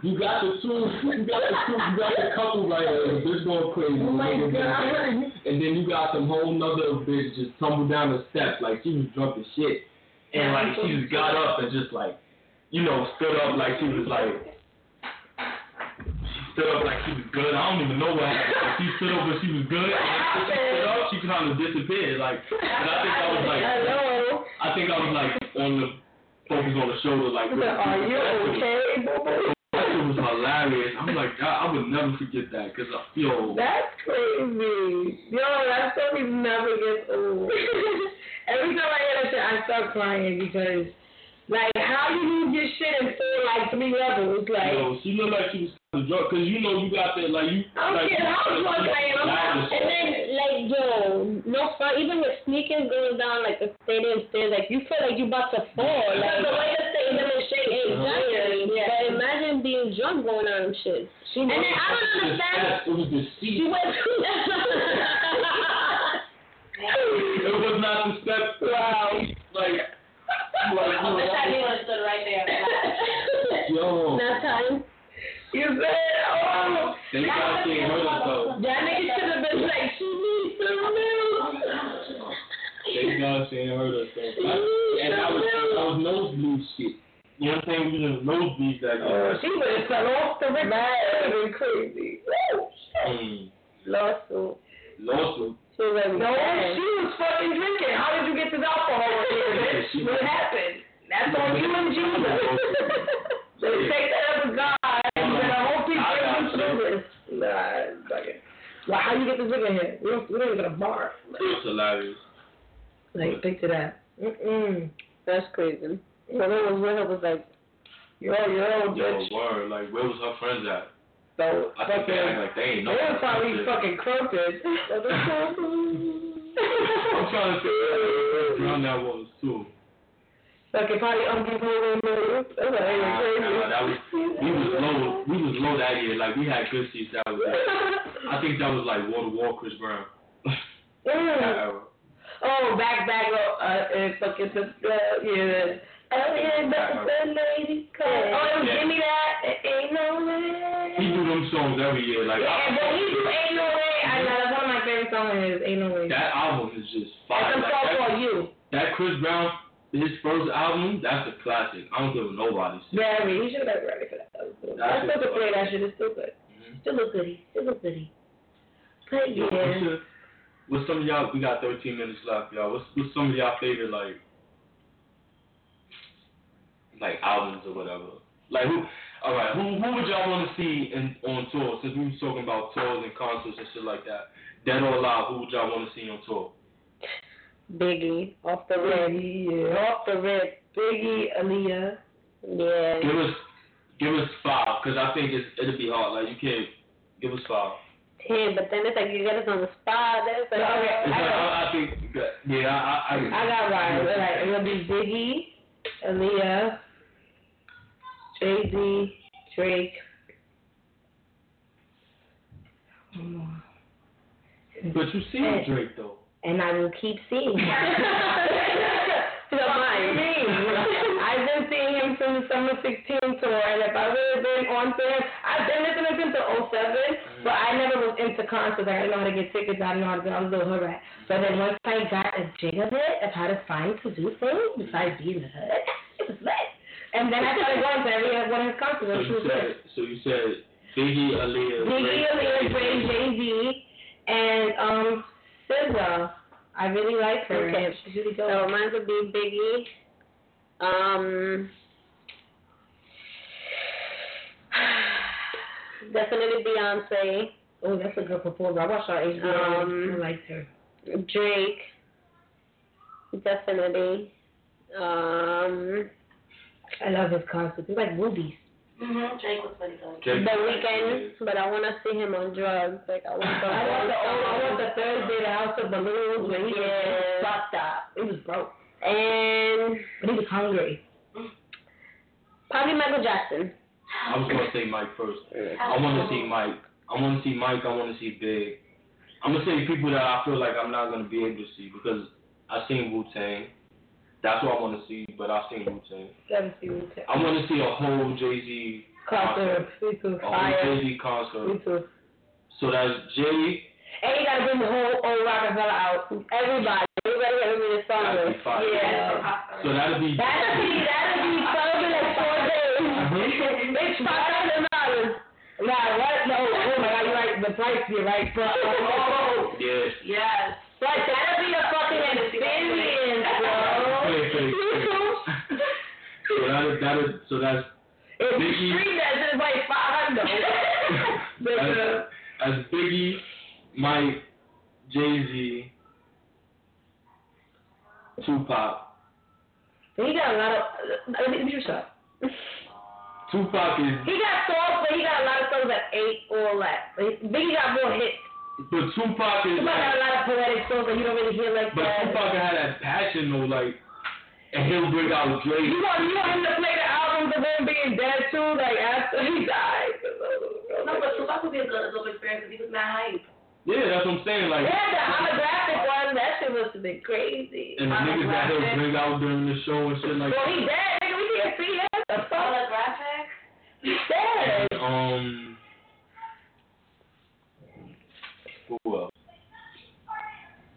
Speaker 2: You got the two, you got the two, you got the couple right there. This going crazy.
Speaker 4: Oh
Speaker 2: And then you got some whole nother bitch just tumbled down the steps like she was drunk as shit, and like she just got up and just like, you know, stood up like she was like. She stood up like she was good. I don't even know what happened. She stood up, but she was good. And after she stood up, she kind of disappeared. Like, and I think I was like,
Speaker 4: Hello.
Speaker 2: I think I was like on the focus on the shoulder, like really-
Speaker 4: Are you okay?
Speaker 2: That shit was hilarious. I'm like, God, I would never forget that because I feel
Speaker 4: That's crazy. Yo, that story never gets old. Every time I hear that shit, I start crying because, like, how you lose your shit and feel like three levels? Like,
Speaker 2: you know, she looked like she was kind of drunk because you know you got that like you.
Speaker 4: I don't
Speaker 2: like,
Speaker 4: care how drunk I am, I'm out.
Speaker 12: And then, like, yo, no front, even with sneakers going down, like, the stadium stairs, like, you feel like you about to fall. Like, the way the stadium is shaking. Exactly.
Speaker 4: Yeah.
Speaker 12: But imagine being drunk going on and shit. and then I don't understand.
Speaker 2: It was the
Speaker 12: You
Speaker 2: seat.
Speaker 12: went
Speaker 2: It was not the steps.
Speaker 12: Wow.
Speaker 2: Like, like
Speaker 5: I
Speaker 2: yo,
Speaker 5: wish I
Speaker 2: that
Speaker 5: knew I stood right there.
Speaker 2: was- yo,
Speaker 12: That time.
Speaker 4: you said, oh,
Speaker 2: they got to hurt herself.
Speaker 4: that nigga should have been like, she needs some milk.
Speaker 2: They got to hurt herself. And that was that was nosebleed shit. You know what I'm saying? We was in nosebleeds that year.
Speaker 4: Oh,
Speaker 12: Uh,
Speaker 4: She would have fell off the rip. That would have been crazy. Woo.
Speaker 2: Mm.
Speaker 4: Lawsuit.
Speaker 2: Lawsuit.
Speaker 12: She was like,
Speaker 4: No,
Speaker 12: man.
Speaker 4: she was fucking drinking. How did you get this alcohol in here, bitch? What happened? That's on you and Jesus. they take that up to God. And then I hope people get this liquor. Nah, it's fucking. Well, how you get this liquor here? We don't, we don't even get a bar.
Speaker 2: That's hilarious.
Speaker 4: Like, picture that. Mm-mm. Mm.
Speaker 12: That's crazy. So that was when it was like,
Speaker 4: Yo,
Speaker 2: Yo,
Speaker 4: yo, bitch.
Speaker 2: word. Like, where was her friends at?
Speaker 4: So,
Speaker 2: I think they act
Speaker 4: fucking,
Speaker 2: like they ain't
Speaker 4: they
Speaker 2: know.
Speaker 4: were probably fucking crooked.
Speaker 2: I'm trying to figure out around that was too.
Speaker 4: Fucking probably uncontrollable. That's like,
Speaker 2: Nah,
Speaker 4: crazy.
Speaker 2: nah, that was we was low. We was low that year. Like we had good seats. That was. I think that was like Water War Chris Brown. that
Speaker 4: Mm.
Speaker 2: era.
Speaker 4: Oh, back, back, oh, uh, and fucking the, uh, yeah. Oh, yeah, but the lady come. Oh,
Speaker 2: Yeah.
Speaker 4: give me that. It ain't
Speaker 2: He
Speaker 4: no way.
Speaker 2: do them songs every year. Like
Speaker 4: Yeah,
Speaker 2: I,
Speaker 4: and when he do Ain't No Way, I know that's one of my favorite songs of his, Ain't No Way.
Speaker 2: that album is just
Speaker 4: That's
Speaker 2: fire.
Speaker 4: a
Speaker 2: Like,
Speaker 4: song
Speaker 2: that,
Speaker 4: for you.
Speaker 2: that Chris Brown, his first album, that's a classic. I don't give a nobody. shit.
Speaker 4: Very. He should have been ready for that. That was good.
Speaker 2: That
Speaker 4: That's
Speaker 2: shit
Speaker 4: still good
Speaker 2: was-
Speaker 4: play. That shit is still good.
Speaker 2: Mhm.
Speaker 4: Still look goody. Still look goody. But
Speaker 2: Yo,
Speaker 4: yeah.
Speaker 2: what's your- What's some of y'all? We got 13 minutes left, y'all. What's, what's some of y'all favorite like, like albums or whatever? Like who? All right, who who would y'all want to see in on tour? Since we was talking about tours and concerts and shit like that, dead or alive, who would y'all want to see on tour?
Speaker 3: Biggie, off the rip. Off the rip.
Speaker 4: Biggie, Aaliyah.
Speaker 3: Yeah.
Speaker 2: Give us give us five, cause I think it's, it'll be hard. Like you can't give us five.
Speaker 3: Ten, but then it's like you got us on the spot. That's like,
Speaker 4: Ah,
Speaker 2: It's like, I,
Speaker 4: Okay.
Speaker 2: I think yeah, I I,
Speaker 4: I got right. Like, it'll be Biggie, Aaliyah, Jay Z, Drake. One more.
Speaker 2: But you see
Speaker 4: Hey.
Speaker 2: Drake though.
Speaker 4: And I will keep seeing him.
Speaker 3: So mine.
Speaker 4: I've been seeing him since the summer 16 tour, and if I would have been on to him, I've been listening to him since 07, but I never was into concerts. I didn't know how to get tickets. I didn't know how to do I was a little hood rat. But then once I got a jig of it, of how to find to do things, besides being in the hood, it was lit. And then I started going to every one of his
Speaker 2: So
Speaker 4: concerts. which
Speaker 2: you
Speaker 4: was lit.
Speaker 2: said so you said Biggie, Aaliyah,
Speaker 4: Biggie, Aaliyah, Drake, Jay Z, and um, SZA. I really like her.
Speaker 3: Okay.
Speaker 4: She's really good.
Speaker 3: So mine would be Biggie. Um, definitely Beyonce,
Speaker 4: Oh, that's a good performer. I watched her HBO.
Speaker 3: Um,
Speaker 4: I liked her.
Speaker 3: Drake, definitely. Um,
Speaker 4: I love his concerts. It's like movies.
Speaker 5: Mhm. Drake was pretty good.
Speaker 3: The
Speaker 2: Drake,
Speaker 3: Weeknd, but I want to see him on drugs. Like I want to.
Speaker 4: I want the old, I want the Thursday, the House of Balloons, where he
Speaker 3: Yeah.
Speaker 4: was fucked up. It was broke,
Speaker 3: And
Speaker 4: but he was hungry.
Speaker 3: probably Michael Jackson.
Speaker 2: I was gonna say Mike first. I want to see Mike. I want to see Mike. I want to see Big. I'm gonna say people that I feel like I'm not gonna be able to see because I seen Wu Tang. That's what I want to see, but I seen Wu Tang.
Speaker 4: Gotta see what
Speaker 2: I want to see a whole Jay Z
Speaker 4: Concert. We too
Speaker 2: a whole
Speaker 4: fire.
Speaker 2: Jay Z
Speaker 4: We
Speaker 2: concert.
Speaker 4: too.
Speaker 2: So that's Jay.
Speaker 4: And you gotta bring the whole old Rockefeller out. Everybody, everybody gotta bring the song.
Speaker 2: That'd be fire.
Speaker 4: Yeah.
Speaker 2: So that'll be.
Speaker 4: That'll be that'll be something like four days. it's five thousand dollars. Nah, what? No, oh my God, you're right. The price, you're right. But oh,
Speaker 2: Yeah.
Speaker 5: Yes.
Speaker 4: like that'll be a fucking experience, bro.
Speaker 2: Wait, wait, wait. So that that is so that's
Speaker 4: It's
Speaker 2: Biggie.
Speaker 4: street that's just like five hundred. But, uh,
Speaker 2: as, as Biggie, Mike, Jay Z, Tupac.
Speaker 4: He got a lot of. Let me you shut. up.
Speaker 2: Tupac is
Speaker 4: He got songs, but he got a lot of songs that ain't all that. But Biggie got more hits.
Speaker 2: but Tupac is
Speaker 4: He might have a lot of poetic songs that you don't really hear like
Speaker 2: but
Speaker 4: that.
Speaker 2: Tupac had that passion though, like and he'll bring out Drake.
Speaker 4: You want you want him to play the albums of him being dead too, like after he died. No,
Speaker 5: No,
Speaker 4: but
Speaker 5: but Tupac would be a good little experience because he was mad hype.
Speaker 2: Yeah, that's what I'm saying. Like
Speaker 4: yeah, the holographic one, that shit must have been crazy.
Speaker 2: and the niggas that he'll bring out during the show and shit like
Speaker 4: Well, he dead, nigga. We can't see him. The fuck?
Speaker 5: Holographic.
Speaker 4: He's dead.
Speaker 2: that. Um who else?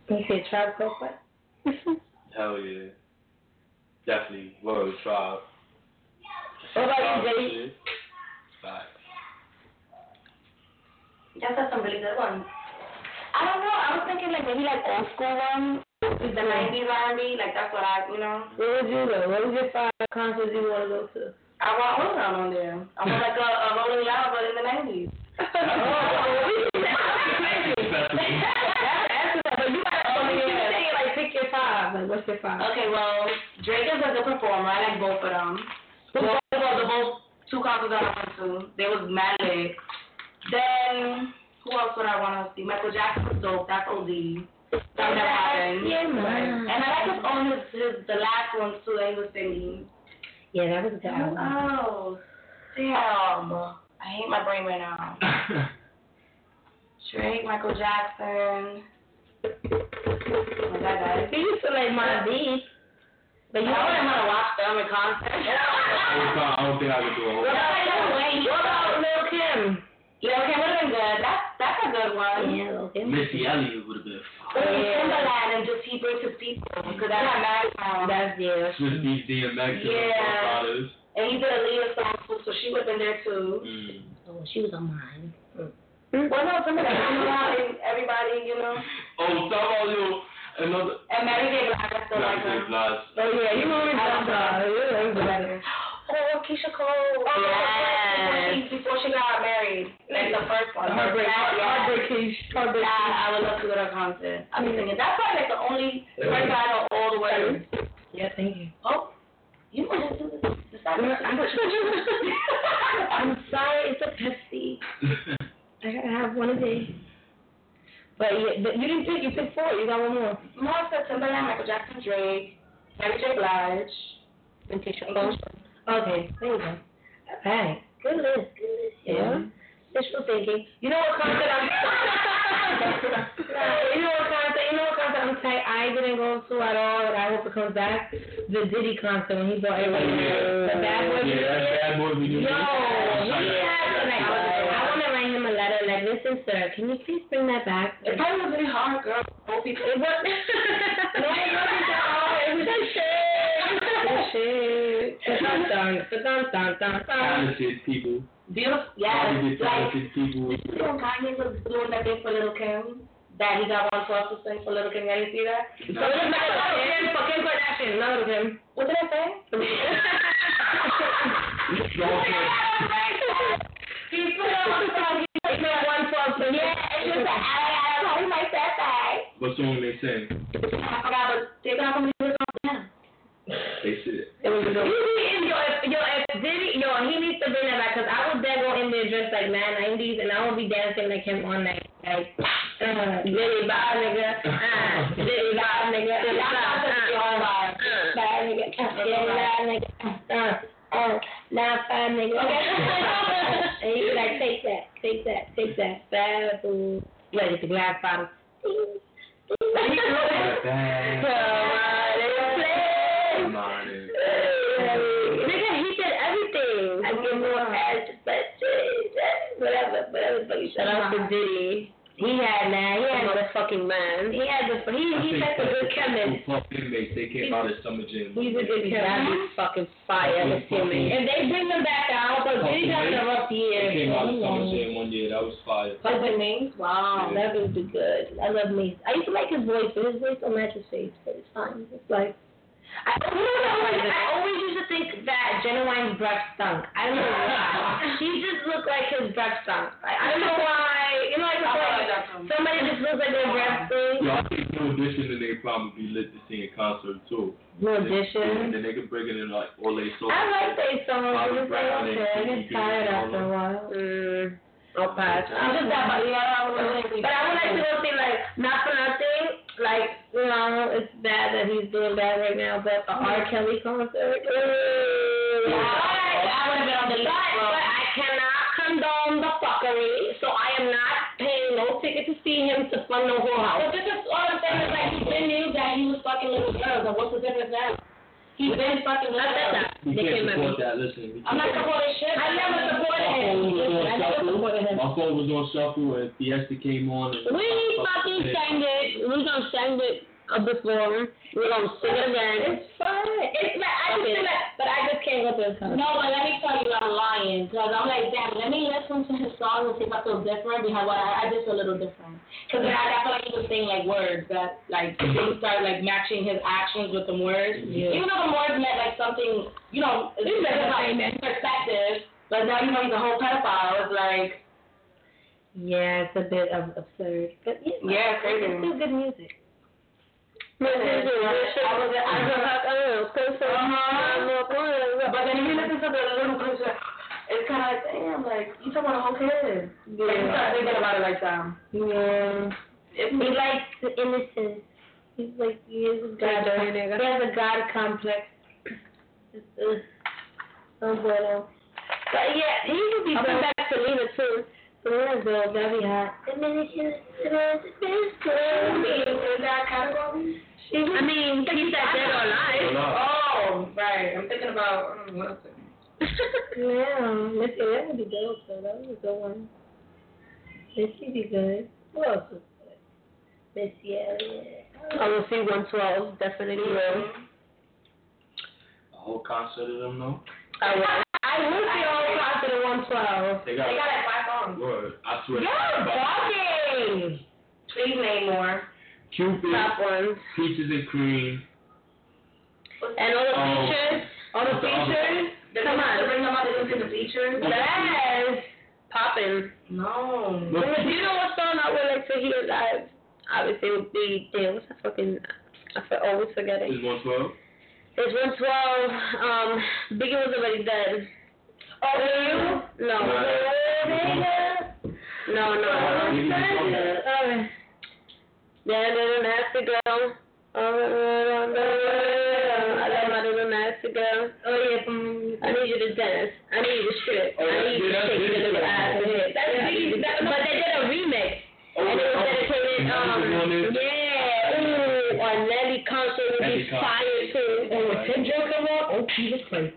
Speaker 4: He said, "Tribe Called Quest."
Speaker 2: Hell yeah. Definitely Royal Tribe.
Speaker 4: What about you, Jay?
Speaker 2: Bye.
Speaker 5: Y'all said some really good ones.
Speaker 4: I don't know. I was thinking like maybe like old school ones.
Speaker 5: The 90s R&B, like that's what I, you know.
Speaker 4: What would you go? What was your five concerts you want to go to?
Speaker 5: I want Rolling on there. I want like a, a Rolling Loud, but in the 90s.
Speaker 4: oh, we But you gotta
Speaker 5: Oh,
Speaker 4: you
Speaker 5: yeah.
Speaker 4: say, like pick your five. Like what's your five?
Speaker 5: Okay, well, Drake is a good performer. I like both of them. Both well, the both two concerts that I went to, they was mad lit. Then who else would I want to see? Michael Jackson was dope. That's OD. That never happened.
Speaker 4: Yeah, man.
Speaker 5: And I like his on his, his the last one too that he was singing.
Speaker 4: Yeah, that was a good
Speaker 5: Who
Speaker 4: album.
Speaker 5: else? Damn. I hate my brain right now. Drake, Michael Jackson. Oh, that guy.
Speaker 4: You used to like my beat. But
Speaker 5: You
Speaker 4: you
Speaker 5: know, I wouldn't
Speaker 4: know
Speaker 5: want to watch them in concert.
Speaker 2: I don't think I could do a whole
Speaker 5: What about Wayne? What about
Speaker 4: Lil Kim.
Speaker 5: Yeah, okay, would have been good. That's that's a good one.
Speaker 4: Yeah, Lil Kim.
Speaker 2: Missy Elliott would have been
Speaker 5: Or
Speaker 2: fine.
Speaker 5: yeah. Timberland and just he brings his people because that's not mad now.
Speaker 4: That's yeah.
Speaker 2: Just these DMX
Speaker 5: Yeah.
Speaker 2: and
Speaker 5: And he did a Leah song too, so she would have been there too.
Speaker 2: mm.
Speaker 4: Oh, she was on mine.
Speaker 5: Well, no, Timberland. Everybody, everybody, you know.
Speaker 2: Oh, Samuel, another.
Speaker 5: And Mary J. Blige is still like
Speaker 2: Beyonce
Speaker 5: her.
Speaker 2: Blige.
Speaker 3: Oh yeah, you already
Speaker 5: I
Speaker 3: done that.
Speaker 5: Oh, Keisha Cole. Oh,
Speaker 4: Yes.
Speaker 5: Before she got married. That's the first one.
Speaker 3: Heartbreak,
Speaker 5: That- yeah.
Speaker 3: heartbreak, Keish, heartbreak.
Speaker 5: Yeah, I would love to go to a concert. I'm thinking that's probably like the only person I know all the way.
Speaker 3: Yeah, thank you.
Speaker 5: Oh, you want to do this? This side of
Speaker 3: I'm
Speaker 5: the-
Speaker 4: sorry, it's a Pepsi. I gotta have one of these. But yeah, but you didn't pick. You picked four. You got one more.
Speaker 5: Martha Timberland, Michael Jackson, Drake, Mary J. Blige. Mm-hmm.
Speaker 4: And Keisha Cole. Okay, there you go. All right, good list, good list. Yeah. Wishful thinking. You know what concert I'm. you know what concert? You know what concert I'm tight. I didn't go to at all, and I hope it comes back. The Diddy concert when he brought everyone. The bad boy.
Speaker 2: Yeah,
Speaker 4: music.
Speaker 2: that bad boy
Speaker 4: Yo,
Speaker 2: video.
Speaker 4: he has to like, I want to write him a letter like, listen, sir, can you please bring that back?
Speaker 5: It probably was really hard, girl. Old people.
Speaker 4: It was. no, it wasn't that hard. It was a shit. Dun, dun, dun, dun, dun, dun.
Speaker 2: Talented people.
Speaker 5: Beautiful.
Speaker 2: Probably
Speaker 5: Yes. Like,
Speaker 2: talented people.
Speaker 5: did you see when Kanye was doing that thing for Little Kim? That he got one twelve to sing for Little Kim. Y'all didn't see that?
Speaker 4: So it was like, oh, Kim, for Kim Kardashian. None of them.
Speaker 5: What did I say?
Speaker 4: He put it on song. He put it on song. Yeah, it's just an
Speaker 5: I like that guy.
Speaker 2: What song they sing?
Speaker 5: I forgot, but they got some music on them.
Speaker 2: They said.
Speaker 4: It was a good one. Yo, if, yo, if Diddy, yo, he needs to bring that back because I would then go in there dressed like mad 90s and I would be dancing like him on that, like, uh, Diddy Bob, nigga, uh, Diddy Bob, nigga, uh, uh, uh, Bob, nigga, uh, Diddy Bob, nigga, uh, uh, nine five, nigga. and he be like, take that, take that, take that, bad boo. Like, it's a glass bottle.
Speaker 2: Bad.
Speaker 4: Somebody
Speaker 2: Somebody.
Speaker 4: Nigga, he did everything. I give more ass, but whatever, whatever. But shout out to Diddy. He had man. He had the fucking man. He had the. He
Speaker 2: I
Speaker 4: he
Speaker 2: think
Speaker 4: had the good chemist.
Speaker 2: Who fucked inmates? They came out as summer gym.
Speaker 4: He's a good chemist. That'd be fucking fire.
Speaker 2: Fucking
Speaker 4: Let's see him.
Speaker 2: fucking-
Speaker 4: If they bring him back out, but Diddy got a rough
Speaker 2: They came out as summer
Speaker 4: year.
Speaker 2: gym one year. That was fire.
Speaker 5: Like the names? Wow.
Speaker 4: That would be good. I love Mace. I used to like his voice, but his voice don't match his face, but it's fine. It's like. I, you know what I always, I always used to think that Jenna Wine's breath stunk. I don't know why. she just looked like his breath stunk. I, I don't know why. You know, like, it's like somebody just looks like their breath
Speaker 2: Yo,
Speaker 4: stinks.
Speaker 2: I think New Edition and they probably be lit to sing a concert too.
Speaker 4: No
Speaker 2: And
Speaker 4: audition.
Speaker 2: then they could bring it in like all they soul.
Speaker 4: I like they songs. I'm just like, okay, I get tired after a while. Mm. I'll pass.
Speaker 5: I'm just that, but yeah, I don't know anything.
Speaker 4: But I would like to go see like not for nothing. Like you know, it's bad that he's doing bad right now, but a R. Kelly concert. ooh.
Speaker 5: Yeah, I would've been on the
Speaker 4: But,
Speaker 5: list, bro.
Speaker 4: but I cannot condone the fuckery, so I am not paying no ticket to see him to fund no whorehouse.
Speaker 5: But this is all I'm saying is like he been knew that he was fucking little girls, and what's the difference now? He been fucking
Speaker 4: I
Speaker 5: little
Speaker 4: said
Speaker 5: girls.
Speaker 4: that.
Speaker 2: You
Speaker 4: They
Speaker 2: can't
Speaker 4: came at me.
Speaker 2: support that. Listen. we
Speaker 5: I'm not
Speaker 2: can't.
Speaker 5: supporting shit.
Speaker 4: I never supported
Speaker 2: My
Speaker 4: him.
Speaker 2: phone was
Speaker 4: I
Speaker 2: on
Speaker 4: never supported him.
Speaker 2: shuffle. My phone was on shuffle and Fiesta came on. And
Speaker 4: We fucking sang it. We gonna sing it uh, before. We gonna sing it again. It's fun. It's like I just feel like, but I just can't go to his concert.
Speaker 5: No, but let me tell you, I'm lying. Because I'm like, damn, let me listen to his songs and see if I feel different. Because what I, I just feel a little different. Because I, I feel like he was saying, like, words that, like, things start, like, matching his actions with the words.
Speaker 4: Yeah.
Speaker 5: Even though the words meant, like, something, you know, it's
Speaker 4: He's like a
Speaker 5: like,
Speaker 4: famous.
Speaker 5: perspective. But now you know he's a whole pedophile. It's like,
Speaker 4: Yeah, it's a bit of absurd, but yeah,
Speaker 5: Yeah, it's crazy.
Speaker 4: it's still good music.
Speaker 5: Yeah. I was- I was uh-huh. But then if you listen to the little girls, it's kind of like, damn, like, you talking about a whole kid. Like, you start thinking about it like that.
Speaker 4: Yeah.
Speaker 5: It's
Speaker 4: He likes the innocence. He's like he is a god. He has a god complex. Ugh. Oh bueno. But yeah, he would be coming back to Lena too. Selena's girl, that'd be hot.
Speaker 5: in that category?
Speaker 4: I mean, keep that dead or alive.
Speaker 5: Oh, right. I'm thinking about, I don't know what else.
Speaker 4: Yeah, let's see, that would be dope though. That was a good one. Missy be good. Who else was good? Missy Elliott. I will see one twelve, definitely will.
Speaker 2: A whole concert of them though.
Speaker 4: I will. I will see all class at one twelve.
Speaker 2: They
Speaker 5: They
Speaker 2: got
Speaker 5: got like five songs.
Speaker 2: word. I swear.
Speaker 4: You're bugging.
Speaker 5: Please name more.
Speaker 2: Cupid,
Speaker 3: Top ones.
Speaker 2: Peaches and Cream.
Speaker 3: And all the
Speaker 2: Oh.
Speaker 3: features, all the
Speaker 2: What's the other
Speaker 3: features, come on,
Speaker 5: Bring them out to the feature.
Speaker 3: yes, poppin'.
Speaker 5: No.
Speaker 2: Look,
Speaker 3: Do you know what song I would like to hear live? Obviously, it would be damn. What's that fucking? I for, always forget it.
Speaker 2: is one twelve.
Speaker 3: It's one twelve. Um, Biggie was already dead. Oh, you? No. No, no. Alright. Yeah, little nasty girl. I love my little nasty girl. Oh yeah, Oh, mm, I need you to dance. I need you to strip. I need you to shake your little ass and hit. But they did a remix. And it was dedicated, um, yeah, ooh, on Nelly concert would be
Speaker 2: Nelly concert.
Speaker 3: fire too.
Speaker 2: Oh, when Kendrick
Speaker 3: come out, oh Jesus Christ.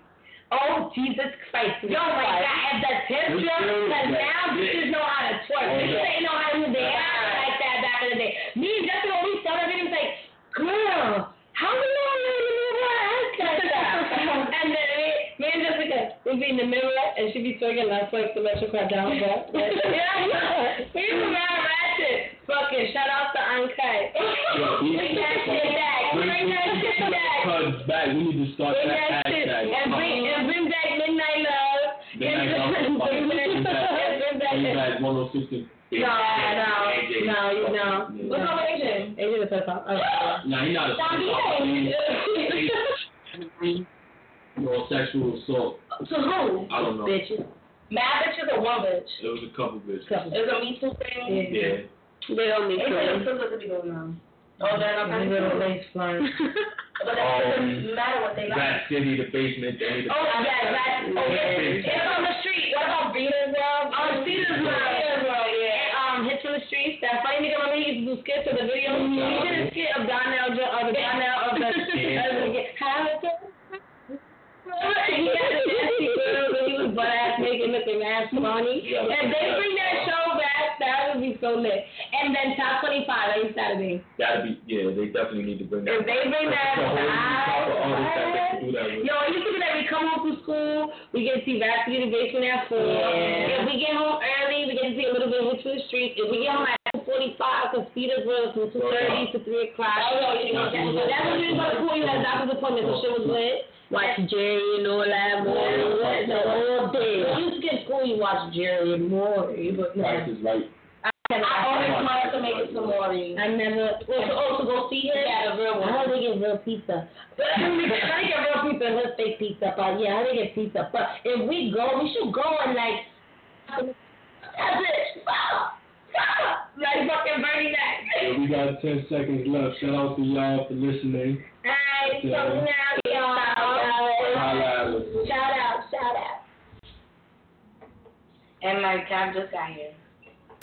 Speaker 3: Oh Jesus Christ. Yo, my God, if the
Speaker 2: We
Speaker 3: Kendrick,
Speaker 2: still
Speaker 3: cause
Speaker 2: got
Speaker 3: now
Speaker 2: it.
Speaker 3: bitches know how to twerk.
Speaker 2: Oh,
Speaker 3: Bitches
Speaker 2: yeah.
Speaker 3: ain't know how to move their ass like that back in the day. Me and Justin, when we started it, it's like, girl, how do you know how to move her ass like that? and then me, me and Jessica, we'd be in the mirror and she'd be twerking like twerk the metro crowd down back. yeah, we were mad ratchet. Fucking shout out to Ankai. Bring that shit back. Bring that shit back.
Speaker 2: Cuz back, we need to start
Speaker 3: Bring
Speaker 2: that
Speaker 3: that shit
Speaker 2: hashtag.
Speaker 3: and
Speaker 2: Come
Speaker 3: bring
Speaker 2: on.
Speaker 3: and bring back midnight love.
Speaker 2: Midnight
Speaker 3: and
Speaker 2: Love is fire.
Speaker 3: bring back-
Speaker 2: Bring back-
Speaker 3: and bring back-
Speaker 2: Bring back 106 and-
Speaker 3: No, no, no, you know.
Speaker 2: Yeah.
Speaker 5: What's up with Asian?
Speaker 3: Asian is
Speaker 2: Nah, he not a
Speaker 5: Stop
Speaker 2: pedophile.
Speaker 5: eating.
Speaker 2: Or sexual assault.
Speaker 5: To who?
Speaker 2: I don't know. It
Speaker 3: Bitches.
Speaker 5: Mad bitches or one bitch?
Speaker 2: was a couple bitches.
Speaker 5: It's a Me Too thing.
Speaker 2: Yeah.
Speaker 3: They don't
Speaker 5: It's
Speaker 3: need to.
Speaker 5: like supposed to be going on. Oh, they're not going
Speaker 3: Little
Speaker 5: to.
Speaker 3: lace flying.
Speaker 5: But that doesn't matter what they
Speaker 2: Rat
Speaker 5: like.
Speaker 2: City, the basement. They need to-
Speaker 5: Oh, yeah, that's
Speaker 2: Yeah.
Speaker 5: okay. It's on the street. What about Um, Beatles Love?
Speaker 3: Oh, Beatles Love.
Speaker 5: Beatles Love, yeah.
Speaker 3: um, hits in the streets. That funny nigga, remember he used to do skits of the video. He did a skit of Donnell, Jo- of the Donnell, of the. How it goes. He had a nasty girl, but he was butt ass naked, looking ass funny.
Speaker 2: Yeah.
Speaker 3: If they bring that show back, that would be so lit. And then top twenty-five every Saturday.
Speaker 2: That'd be, yeah, they definitely need to bring that.
Speaker 3: If they bring that,
Speaker 2: That's a whole new crop of artists that they
Speaker 3: I.
Speaker 2: can do that with.
Speaker 3: Yo, it used to be that we come home from school, we get to see Varsity the Basement at 4. If we get home early, we get to see a little bit of Witch the Street. If we get home at 2.45, because Peter's was from 2.30 to 3 o'clock. Oh, no, you
Speaker 2: know, that's-
Speaker 3: That's when we was on the pool, you had a doctor's appointment, so shit was lit. Watch Jerry and all that, more and the whole day. When you skip school, you watch Jerry and Maury, but
Speaker 2: Price
Speaker 3: no.
Speaker 2: is right.
Speaker 5: I always wanted to make it to Maury.
Speaker 3: I never. Well, to, oh, to go see her?
Speaker 5: Yeah, the real one.
Speaker 3: I don't think it's real pizza. I think it's real pizza and let's fake pizza, but yeah, I think it's pizza. But if we go, we should go and like. That bitch! fuck, fuck, Like fucking Bernie Mac.
Speaker 2: Yeah, we got 10 seconds left. Shout out to y'all for listening.
Speaker 3: Alright, so
Speaker 2: Yeah.
Speaker 3: now y'all.
Speaker 2: Holla at us.
Speaker 3: Shout out, shout out.
Speaker 5: And my cab just got here.